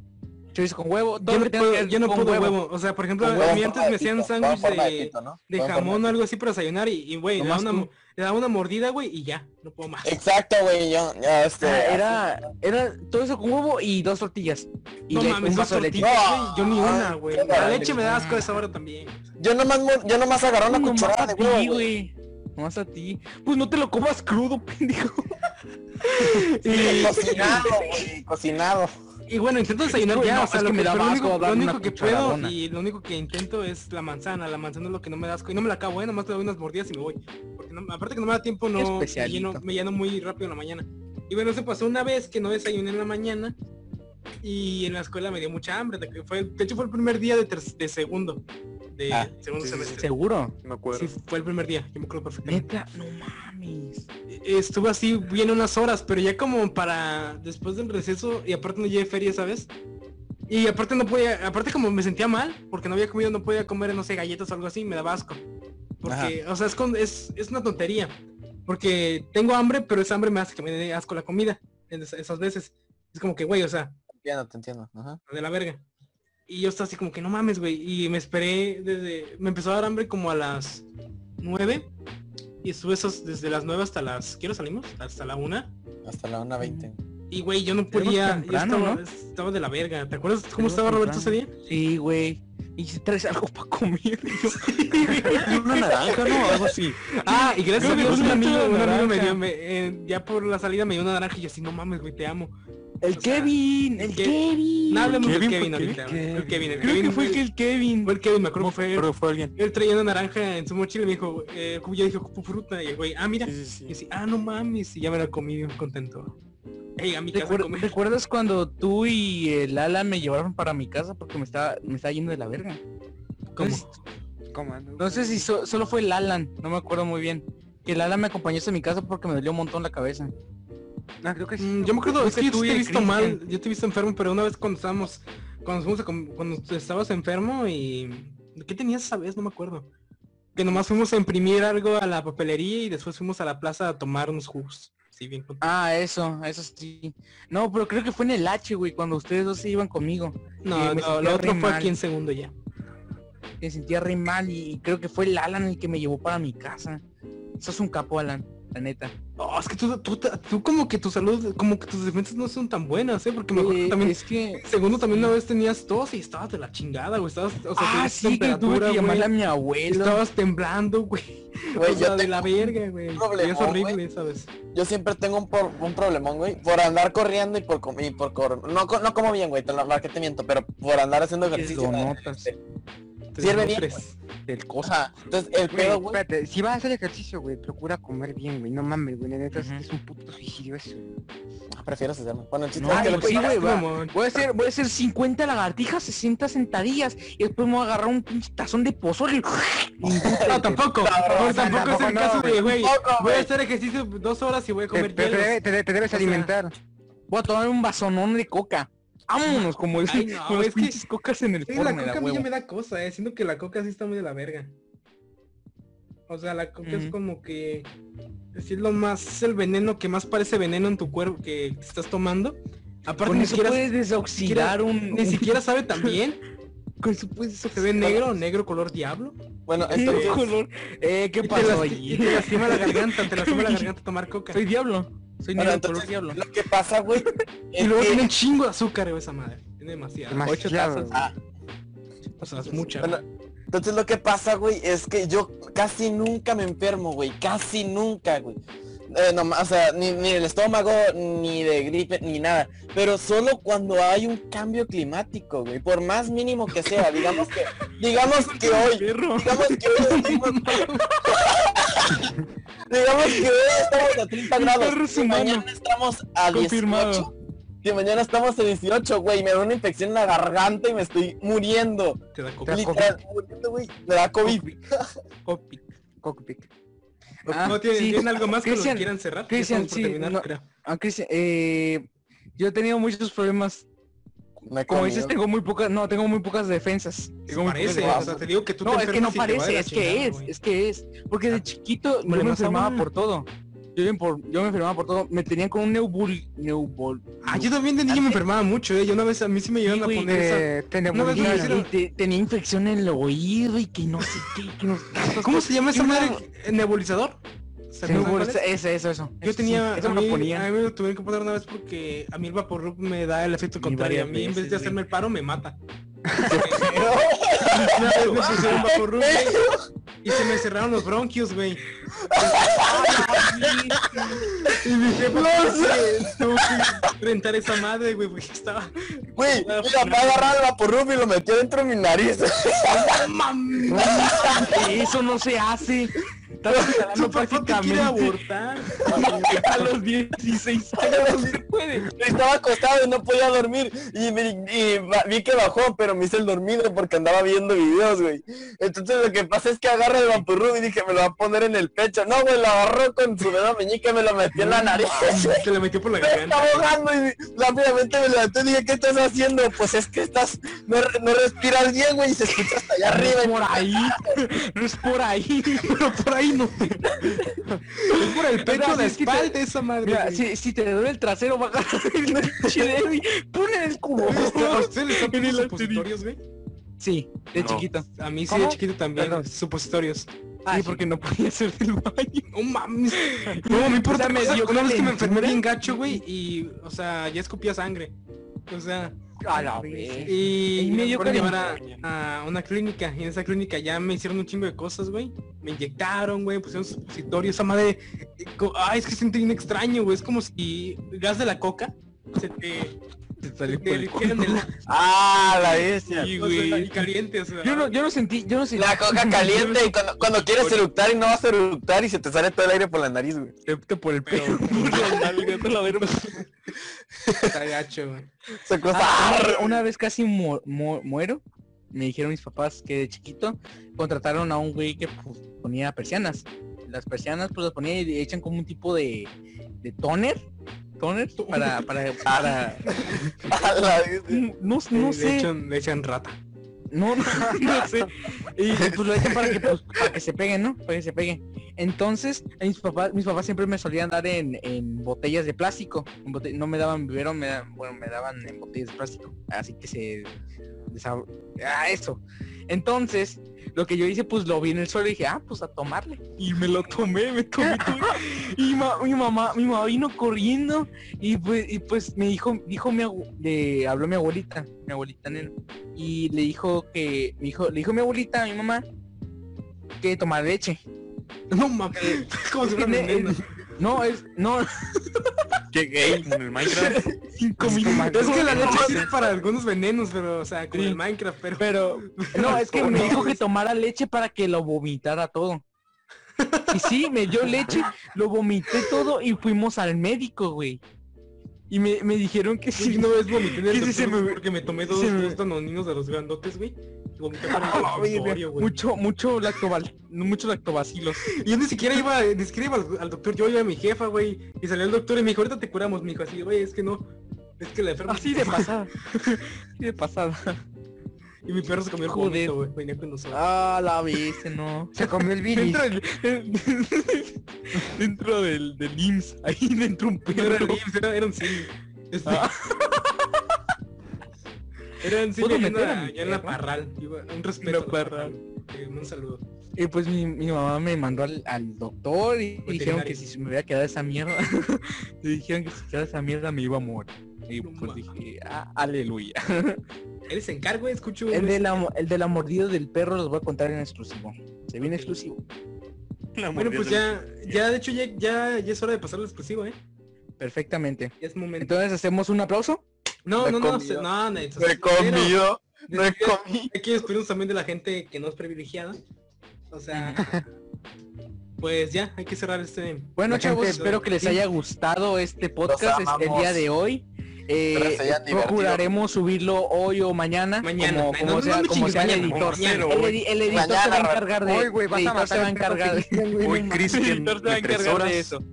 S6: chorizo con huevo.
S2: Yo
S6: todo lo
S2: no
S6: que tenga que
S2: puedo,
S6: ver
S2: yo no
S6: con
S2: puedo huevo. O sea, por ejemplo,
S7: Con huevo
S2: a mí
S7: en
S2: antes
S7: forma
S2: me
S7: de
S2: hacían
S7: pito, huevo en
S2: sándwich
S7: forma
S2: de,
S7: pito, ¿no?
S2: de
S7: Huevo en
S2: jamón
S7: forma
S2: o
S7: de-
S2: algo así para desayunar y, y, güey, le, da
S6: Nomás Eh,
S2: una
S6: tú.
S2: mo- le da una mordida, güey, y ya, no puedo más.
S7: Exacto, güey. Yo, ya, este.
S6: Ah, era, era todo eso con huevo y dos tortillas. Y
S2: no
S6: le-
S2: mames,
S6: un
S2: dos
S6: vaso de leche. Ah,
S2: tortillas,
S7: No.
S2: güey, yo ni una, güey.
S7: Qué
S2: La
S7: maravilla.
S2: leche me da asco a esa hora también.
S7: Yo nomás, mo- yo nomás agarré una
S6: No, nomás
S7: cucharada de
S6: a ti,
S7: huevo, güey.
S6: Nomás a ti. Pues no te lo comas crudo, pendejo.
S7: Cocinado, güey. Cocinado.
S2: Y bueno, intento desayunar
S6: Uy,
S2: ya,
S6: no,
S2: o sea,
S6: es
S2: lo,
S6: que me
S2: que-
S6: daba
S2: lo
S6: asco
S2: único,
S6: hablar
S2: lo
S6: de una
S2: único que puedo
S6: cucharadona.
S2: y lo único que intento es la manzana, la manzana es lo que no me da asco y no me la acabo, ¿eh? nomás te doy unas mordidas y me voy. Porque no- aparte que no me da tiempo, no me
S6: Especialito.
S2: lleno, me lleno muy rápido en la mañana. Y bueno, se pasó una vez que no desayuné en la mañana y en la escuela me dio mucha hambre, de, que fue, de hecho fue el primer día de, ter- de segundo, de
S7: Ah,
S2: segundo
S1: sí, sí,
S2: semestre.
S6: Seguro.
S1: me acuerdo.
S2: Sí, fue el primer día, yo me acuerdo perfectamente Eh,
S6: Neta, no mames.
S2: estuve así bien unas horas, pero ya como para después del receso y aparte no llegué feria, ¿sabes? Y aparte no podía, aparte como me sentía mal, porque no había comido, no podía comer, no sé, galletas o algo así, me daba asco. Porque, o sea, es, con- es, es una tontería. Porque tengo hambre, pero esa hambre me hace que me dé asco la comida. en es- Esas veces. Es como que, güey, o sea,
S7: Te entiendo, te entiendo. Ajá.
S2: de la verga. Y yo estaba así como que no mames, güey. Y me esperé desde. Me empezó a dar hambre como a las 9. Y estuve esos desde las 9 hasta las. ¿Qué hora salimos? Hasta la 1.
S7: Hasta la 1.20.
S2: Y güey, yo no
S6: Salimos
S2: podía. yo
S6: temprano,
S2: estaba,
S6: ¿no?
S2: estaba de la verga. ¿Te acuerdas cómo
S6: Salimos
S2: estaba Roberto ese día?
S6: Sí, güey. Y si traes algo para comer.
S1: una naranja, ¿no? Algo así.
S2: ah, y gracias
S1: Creo
S2: a
S1: que
S2: Dios
S1: tú
S2: un
S1: me
S2: amigo,
S1: diste
S2: un
S1: una
S2: amigo me
S1: naranja.
S2: dio. me- eh, ya por la salida me dio una naranja y yo así, no mames, güey, te amo.
S6: El
S2: O sea,
S6: Kevin, el
S2: el Ke-
S6: Kevin.
S2: No hablemos del
S1: Kevin,
S2: Kevin
S1: ¿por qué?
S2: ahorita. güey. El Kevin, el
S6: Creo
S2: Kevin
S6: que fue que el Kevin.
S2: Fue el Kevin, me acuerdo
S1: No,
S2: que fue él.
S1: pero fue alguien.
S2: Él traía una naranja en su mochila y me dijo, eh, yo dije, ocupo fruta. Y el güey, ah, mira.
S1: Sí, sí,
S2: Y
S1: sí.
S2: así, ah, no mames. Y ya me la comí bien contento. Ey, a mi casa a
S6: Recuer-
S2: comer.
S6: ¿Recuerdas cuando tú y el Ala me llevaron para mi casa porque me estaba, me estaba yendo de la verga?
S2: ¿Cómo?
S6: Entonces- No sé si so- solo fue el Alan, no me acuerdo muy bien. Que el Alan me acompañó hasta mi casa porque me dolió un montón la cabeza.
S3: No, creo que sí.
S2: Mm, yo me acuerdo,
S6: Creo
S2: es que
S6: que
S2: yo
S6: tú
S2: te
S6: y
S2: he
S6: el
S2: visto
S6: Cristian.
S2: mal, yo te he visto enfermo, pero una vez cuando estábamos, cuando, fuimos a com- cuando tú estabas enfermo y... ¿Qué tenías esa vez? No me acuerdo. Que nomás fuimos a imprimir algo a la papelería y después fuimos a la plaza a tomar unos jugos. Sí, bien contento.
S6: Ah, eso, eso sí. No, pero creo que fue en el H, güey, cuando ustedes dos se iban conmigo.
S2: No,
S6: me
S2: no,
S6: sentía
S2: lo otro
S6: re
S2: fue
S6: mal.
S2: aquí en segundo ya.
S6: Me sentía re mal y, y creo que fue el Alan el que me llevó para mi casa. Sos un capo, Alan, la neta.
S2: Oh, es que tú, tú, tú como que tu salud, como que tus defensas no son tan buenas, ¿eh? Porque me acuerdo
S6: Eh,
S2: también
S6: es que...
S2: Segundo, también una vez tenías tos y estabas de la chingada, güey. Estabas, o sea,
S6: Ah,
S2: tenías
S6: sí, que tuve que
S2: güey.
S6: llamarle a mi abuelo.
S2: Estabas temblando, güey.
S7: Güey,
S2: o
S7: yo
S2: sea, de
S7: tengo
S2: la verga, güey.
S7: un problemón,
S2: Y es horrible, ¿sabes?
S7: Yo siempre tengo un, por- un problemón, güey, por andar corriendo y por com- y por cor- no, co- no como bien, güey, te lo marqué, te miento, pero por andar haciendo ejercicio.
S6: donotas.
S7: este,
S2: Te
S7: Sirve bien,
S2: sufres.
S6: del cosa.
S7: Ajá. Entonces, el
S3: Güey,
S7: pedo, güey,
S3: espérate, si vas a hacer ejercicio, güey, procura comer bien, güey. No mames, güey, neta, es-
S6: Ujú.
S3: es un puto suicidio eso.
S7: prefiero hacerlo. Bueno, el chiste
S6: No,
S7: es que lo
S6: pues
S7: que
S6: sí,
S7: estaba-
S6: güey, va.
S2: Mamón.
S6: Voy a hacer, voy a hacer 50 lagartijas, 60 sentadillas y después me voy a agarrar un pinche tazón de pozole.
S2: No, tampoco. No, tampoco es el
S3: no,
S2: caso de, güey.
S7: Tampoco,
S2: Voy a
S7: güey.
S2: hacer ejercicio dos horas y voy a
S3: Te,
S2: comer
S3: te- te debe-
S2: hielos.
S3: te de- te debes
S2: O sea,
S3: alimentar.
S6: Voy a tomar un vasonón de coca. Vámonos, como es,
S2: Ay, no,
S6: como las
S2: es que-
S6: pinches cocas en el
S2: Sí, la
S6: porno,
S2: coca
S6: la
S2: a mí ya
S6: huevo.
S2: me da cosa, eh. Siento que la coca sí está muy de la verga. O sea, la coca es
S6: Ujú.
S2: como que... Es lo más, es el veneno que más parece veneno en tu cuerpo que te estás tomando. Aparte,
S6: Con
S2: ni
S6: eso
S2: siquiera,
S6: puedes desoxidar un...
S2: ni
S6: un-
S2: siquiera sabe tan bien.
S6: Con eso puedes
S2: Se ve
S6: desoxidar
S2: negro, negro color diablo.
S7: Bueno,
S6: un
S7: entonces,
S6: color. Eh, ¿qué
S2: Y te
S6: pasó
S2: lasti- y te
S6: allí?
S2: lastima la garganta, te lastima la garganta tomar coca.
S6: Soy diablo. Soy
S7: bueno,
S6: negro
S7: entonces,
S6: color diablo.
S7: lo que pasa, güey,
S6: eh,
S2: Y
S7: es
S2: luego
S7: que-
S2: tiene un chingo de azúcar, güey, esa madre. Tiene demasiado.
S3: Demasiado. güey.
S7: Ah,
S2: O sea, es mucha.
S7: Bueno, entonces lo que pasa, güey, es que yo casi nunca me enfermo, güey. Casi nunca, güey. Eh, no, o sea, ni, ni del estómago, ni de gripe, ni nada. Pero solo cuando hay un cambio climático, güey. Por más mínimo que sea, digamos que, digamos que hoy,
S2: Perro.
S7: digamos que hoy, estamos- digamos que hoy estamos a 30
S6: perro
S7: grados.
S6: es
S7: Y
S6: humano.
S7: mañana estamos a
S6: Confirmado.
S7: 18. Y mañana estamos a 18, güey. Me da una infección en la garganta y me estoy muriendo.
S2: Te da
S3: Te da
S2: coca.
S7: Literal, muriendo, güey. Me da COVID.
S2: Copi.
S3: Cockpit.
S6: Ah,
S2: No tienen,
S6: sí.
S2: tienen algo más que lo
S6: Cristian,
S2: quieran cerrar. Ya
S6: Cristian,
S2: estamos por
S6: sí,
S2: terminar,
S6: no.
S2: creo.
S6: Ah, Cristian, eh, yo he tenido muchos problemas.
S7: Me he
S6: Como
S7: comido.
S6: dices, tengo muy pocas, no, tengo muy pocas defensas. Tengo muy pocas
S2: Parece, o
S6: defensas.
S2: sea, te digo que tú
S6: pues, No,
S2: te
S6: es que no
S2: enfermas y te va de
S6: parece,
S2: la
S6: es
S2: chingada,
S6: que es,
S2: güey.
S6: es que es. Porque de chiquito yo Ah. me
S2: Problemas
S6: enfermaba
S2: aún.
S6: por todo. Yo me, por- yo me enfermaba por todo. Me tenían con un neubul... neubol...
S2: Ah, yo también de niño me enfermaba mucho, eh. Yo una vez a mí sí me llegaron a
S6: güey,
S2: poner esa.
S3: Eh, te
S2: No me
S3: nebulina,
S2: acuerdo
S3: güey.
S6: y te- tenía infección en el oído y que no sé qué, que no sé qué.
S2: ¿Cómo se llama esa
S6: Una-
S2: madre? ¿Nebulizador?
S6: Se
S2: ¿Saben
S6: me
S2: cuál es?
S6: bolsa- Eso, eso, eso.
S2: Yo
S6: Eso sí,
S2: tenía,
S6: eso
S2: a,
S6: me
S2: mí,
S6: lo
S2: a
S6: ponían.
S2: mí me lo tuvieron que poner una vez porque a mí el Vaporrup me da el efecto
S6: Y
S2: contrario. A
S6: varias
S2: mí en vez
S6: veces,
S2: de
S6: güey.
S2: hacerme el paro, me mata. Una vez me pusieron Vaporrup, güey, y se me cerraron los bronquios, güey. Y dije, pues, tengo que rentar esa madre, güey, porque estaba...
S7: Güey, mira, me agarrar el vaporrub y lo metió dentro de mi nariz.
S6: Eso no se hace. Estás
S2: Su
S6: instalando
S2: papá te quiere
S6: prácticamente
S2: abortar.
S6: a los 16 años. No se puede.
S7: Estaba acostado y no podía dormir. Y, me- y ba- vi que bajó, pero me hice el dormido porque andaba viendo videos, güey. Entonces lo que pasa es que agarra el vaporrub y dije, me lo va a poner en el pecho. No, güey, lo agarró con su dedo meñique y me lo metió
S3: Mm.
S7: en la nariz.
S2: Se la metió por la
S7: Me
S2: garganta.
S7: estaba ahogando y rápidamente me levanté y dije, ¿qué estás haciendo? Pues es que estás, no, re- no respiras bien, güey, y se escucha hasta allá arriba.
S6: Por ahí. No es por ahí. Pero por ahí no.
S2: Es por el pecho,
S6: Mira,
S2: la
S6: es que te-
S2: espalda, esa madre.
S6: Mira,
S2: güey.
S6: si, si te duele el trasero, baja el chile Pone en el cubo.
S2: Este, ¿A usted le están
S6: En el
S2: poniendo supositorios, güey?
S6: Sí, de
S1: No.
S6: chiquito.
S2: A mí sí,
S6: ¿Cómo?
S2: de chiquito también,
S6: Perdón.
S2: supositorios.
S6: sí, porque no podía hacer del baño.
S2: Ah, No mames. No, me importa.
S6: O sea, me
S2: o sea,
S6: dio
S2: una vez que me enfermé
S6: calentura.
S2: bien gacho, güey, y, o sea, ya escupía sangre. O sea,
S3: A la vez.
S2: y
S6: Y
S2: me
S6: me dio
S2: dio llevar a, a una clínica. Y en esa clínica ya me hicieron un chingo de cosas, güey. Me inyectaron, güey, pusieron supositorio, esa madre. eh, co- Ay, es que siente bien extraño, güey. Es como si gas de la coca se te,
S6: Te
S2: se
S6: salió por
S2: te
S6: el
S2: liquiera en el
S7: Ah, la bestia.
S2: y, o sea, y caliente, o sea.
S6: Yo no, yo no sentí, yo no sentí.
S7: La coca caliente y cuando, cuando quieres eructar y no vas a eructar y se te sale todo el aire por la nariz, güey.
S6: Excepto por el
S2: pero
S6: pelo.
S2: está gacho, güey.
S7: Se cosa.
S6: Ah,
S7: ¡Arr!
S6: una vez casi mu- mu- muero, me dijeron mis papás que de chiquito contrataron a un güey que pues, ponía persianas. Las persianas pues las ponía y echan como un tipo de, de toner. Toner para, para, para-
S7: A la bestia.
S6: no,
S2: Eh,
S6: no
S2: Le
S6: sé,
S2: echan, le echan rata.
S6: no, no, no sé. Y pues lo echan para que, pues, para que se peguen, ¿no? Para que se peguen. Entonces, a mis papás, mis papás siempre me solían dar en, en botellas de plástico. En bote- no me daban vivero, me daban, bueno, me daban en botellas de plástico. Así que se desa- ah, eso. Entonces, lo que yo hice, pues lo vi en el suelo y dije, ah, pues a tomarle. Y me lo tomé, me tomé todo. Y ma- mi mamá, mi mamá vino corriendo y pues, y pues me dijo, dijo mi abu- le habló mi abuelita, mi abuelita nena, y le dijo que, me dijo, le dijo mi abuelita a mi mamá que tomar leche.
S2: No mames, como si fuera
S6: Tiene-
S2: veneno.
S6: No, es, no,
S1: Qué gay con el Minecraft.
S6: cinco minutos.
S2: Es que la leche sirve para algunos venenos, pero, o sea, como
S6: Sí.
S2: el Minecraft, pero...
S6: Pero, no, es que me dijo que tomara leche para que lo vomitara todo. Y sí, me dio leche, lo vomité todo y fuimos al médico, güey. Y me, me dijeron que
S2: Sí,
S6: si
S2: una vez vomité en el
S6: ¿Qué dice?
S2: doctor,
S6: Me-
S2: güey, porque me tomé dos,
S6: se me-
S2: dos tanoninos de los grandotes, güey. Y vomité para
S6: A la
S2: el
S6: verga,
S2: consultorio, güey.
S6: Mucho, mucho lactobal, mucho lactobacilos.
S2: Y Yo ni siquiera iba, ni siquiera iba al, al doctor, yo iba a mi jefa, güey. Y salió el doctor y me dijo, ahorita te curamos, mijo. Así, güey, es que no. Es que la enferma.
S6: Así de pasada. Así de pasada.
S2: Y mi perro se comió el
S6: Joder.
S2: vómito, güey. Venía con nosotros.
S6: Ah, la viste, no.
S3: Se comió el virus.
S6: Dentro del, dentro del, del IMSS, ahí dentro un
S2: No era
S6: perro.
S2: el IMSS, era, era un cine. Este...
S6: Ah.
S2: Era un cine
S6: ¿Puedo
S2: allá en
S6: meter a
S2: la-
S6: mi
S2: allá en la
S6: perro?
S2: parral. Iba- un respeto.
S6: La
S2: a la parral. Eh, un saludo.
S6: Y pues mi, mi mamá me mandó al, al doctor y
S2: Veterinario.
S6: dijeron que si me hubiera quedado esa mierda, le dijeron que si quedaba esa mierda me iba a morir. Y
S2: No
S6: pues
S2: ma-
S6: dije, "Ah, aleluya.
S2: Eres encargo, escucho.
S6: El
S2: un-
S6: de, la, el de la mordida del perro los voy a contar en exclusivo. Se viene
S2: Ok.
S6: exclusivo.
S1: La
S2: Bueno, pues
S1: mordida
S2: ya, ya, de hecho, ya, ya, ya es hora de pasar al exclusivo, ¿eh?
S6: Perfectamente.
S2: Ya es momento.
S6: Entonces hacemos un aplauso.
S2: No,
S7: Me
S2: no, no,
S7: comió.
S2: se- no, no,
S7: Me comió, me comió.
S2: Aquí despedimos también de la gente que no es privilegiada. O sea, pues ya, hay que cerrar este.
S6: Bueno,
S3: La gente-
S6: chavos, espero que les
S2: Sí.
S6: haya gustado este podcast es- el
S7: amamos.
S6: día de hoy. Eh,
S7: Espero que se hayan divertido.
S6: procuraremos subirlo hoy o mañana,
S2: Mañana,
S6: como,
S2: no,
S6: como
S2: no, no
S6: sea,
S2: me
S6: como
S2: chingues,
S6: sea el
S2: mañana,
S6: editor.
S2: mañana.
S6: el, edi- el editor se va a
S7: Mañana,
S6: encargar de,
S3: Hoy, güey, vas
S6: el
S3: a
S6: editor se
S3: matar
S6: va a
S3: al perro
S6: encargar
S3: que
S6: de,
S3: Cristian, güey.
S1: Hoy
S3: no
S1: Cristian
S6: el editor se va a
S1: de tres
S6: encargar
S1: horas.
S6: de eso.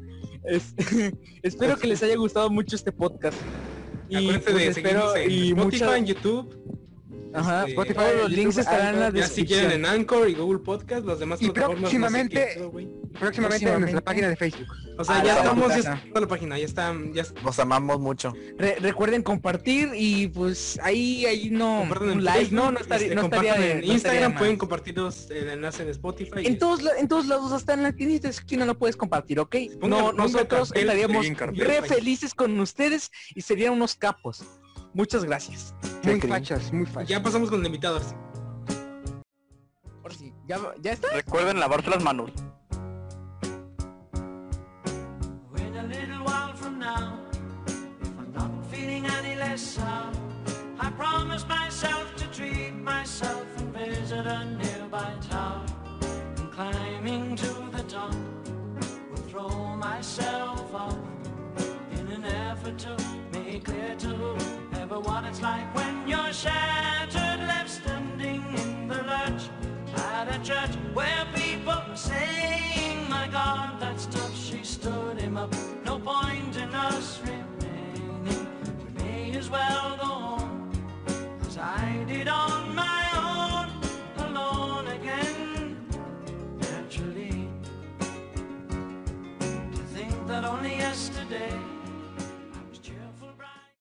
S6: Es- espero que les haya gustado mucho este podcast. Y
S2: Acuérdense
S6: pues,
S2: Ah, este de
S6: espero
S2: espero en
S6: y
S2: Spotify,
S6: muchas-
S2: en YouTube,
S6: ajá,
S2: este,
S6: Spotify, todos los
S3: YouTube,
S6: links estarán en la
S3: iTunes,
S2: ya si quieren en
S6: descripción.
S2: Anchor y Google Podcast, las demás
S3: Y
S2: plataformas. no sé
S3: próximamente-
S2: qué pedo, güey.
S3: mames. Próximamente en nuestra
S6: Próximamente.
S3: página de Facebook.
S2: o sea,
S7: Ah,
S2: ya
S7: la
S2: estamos, ya
S6: vamos.
S2: está la página, ya están, ya está.
S7: Los amamos mucho.
S6: Re- recuerden compartir y pues ahí ahí no
S2: compartan en
S6: un like,
S2: Facebook,
S6: no no estaría
S2: este,
S6: no estaría
S2: compartan
S6: de-
S2: en
S6: no estaría de
S2: Instagram,
S6: más.
S2: pueden compartirnos el enlace en Spotify.
S6: En todos, la- en todos lados, hasta en la tiendita de esquina lo puedes compartir, ¿ok?
S2: Pongan-
S6: no,
S2: pongan
S6: nosotros
S2: cartel,
S6: estaríamos
S1: peguen cartel.
S6: re felices con ustedes y serían unos capos. Muchas gracias.
S3: Muy fachas, muy fachas.
S2: Ya pasamos con el invitado. ahora sí.
S6: Ahora sí, ¿ya, ya está?
S8: Recuerden lavarse las manos. by tower and climbing to the top will throw myself up in an effort to make clear to everyone it's like when you're shattered left standing in the lurch at a church where people were saying my god that stuff she stood him up no point in us remaining we may as well go on as I did on my own, alone again, naturally. To think that only yesterday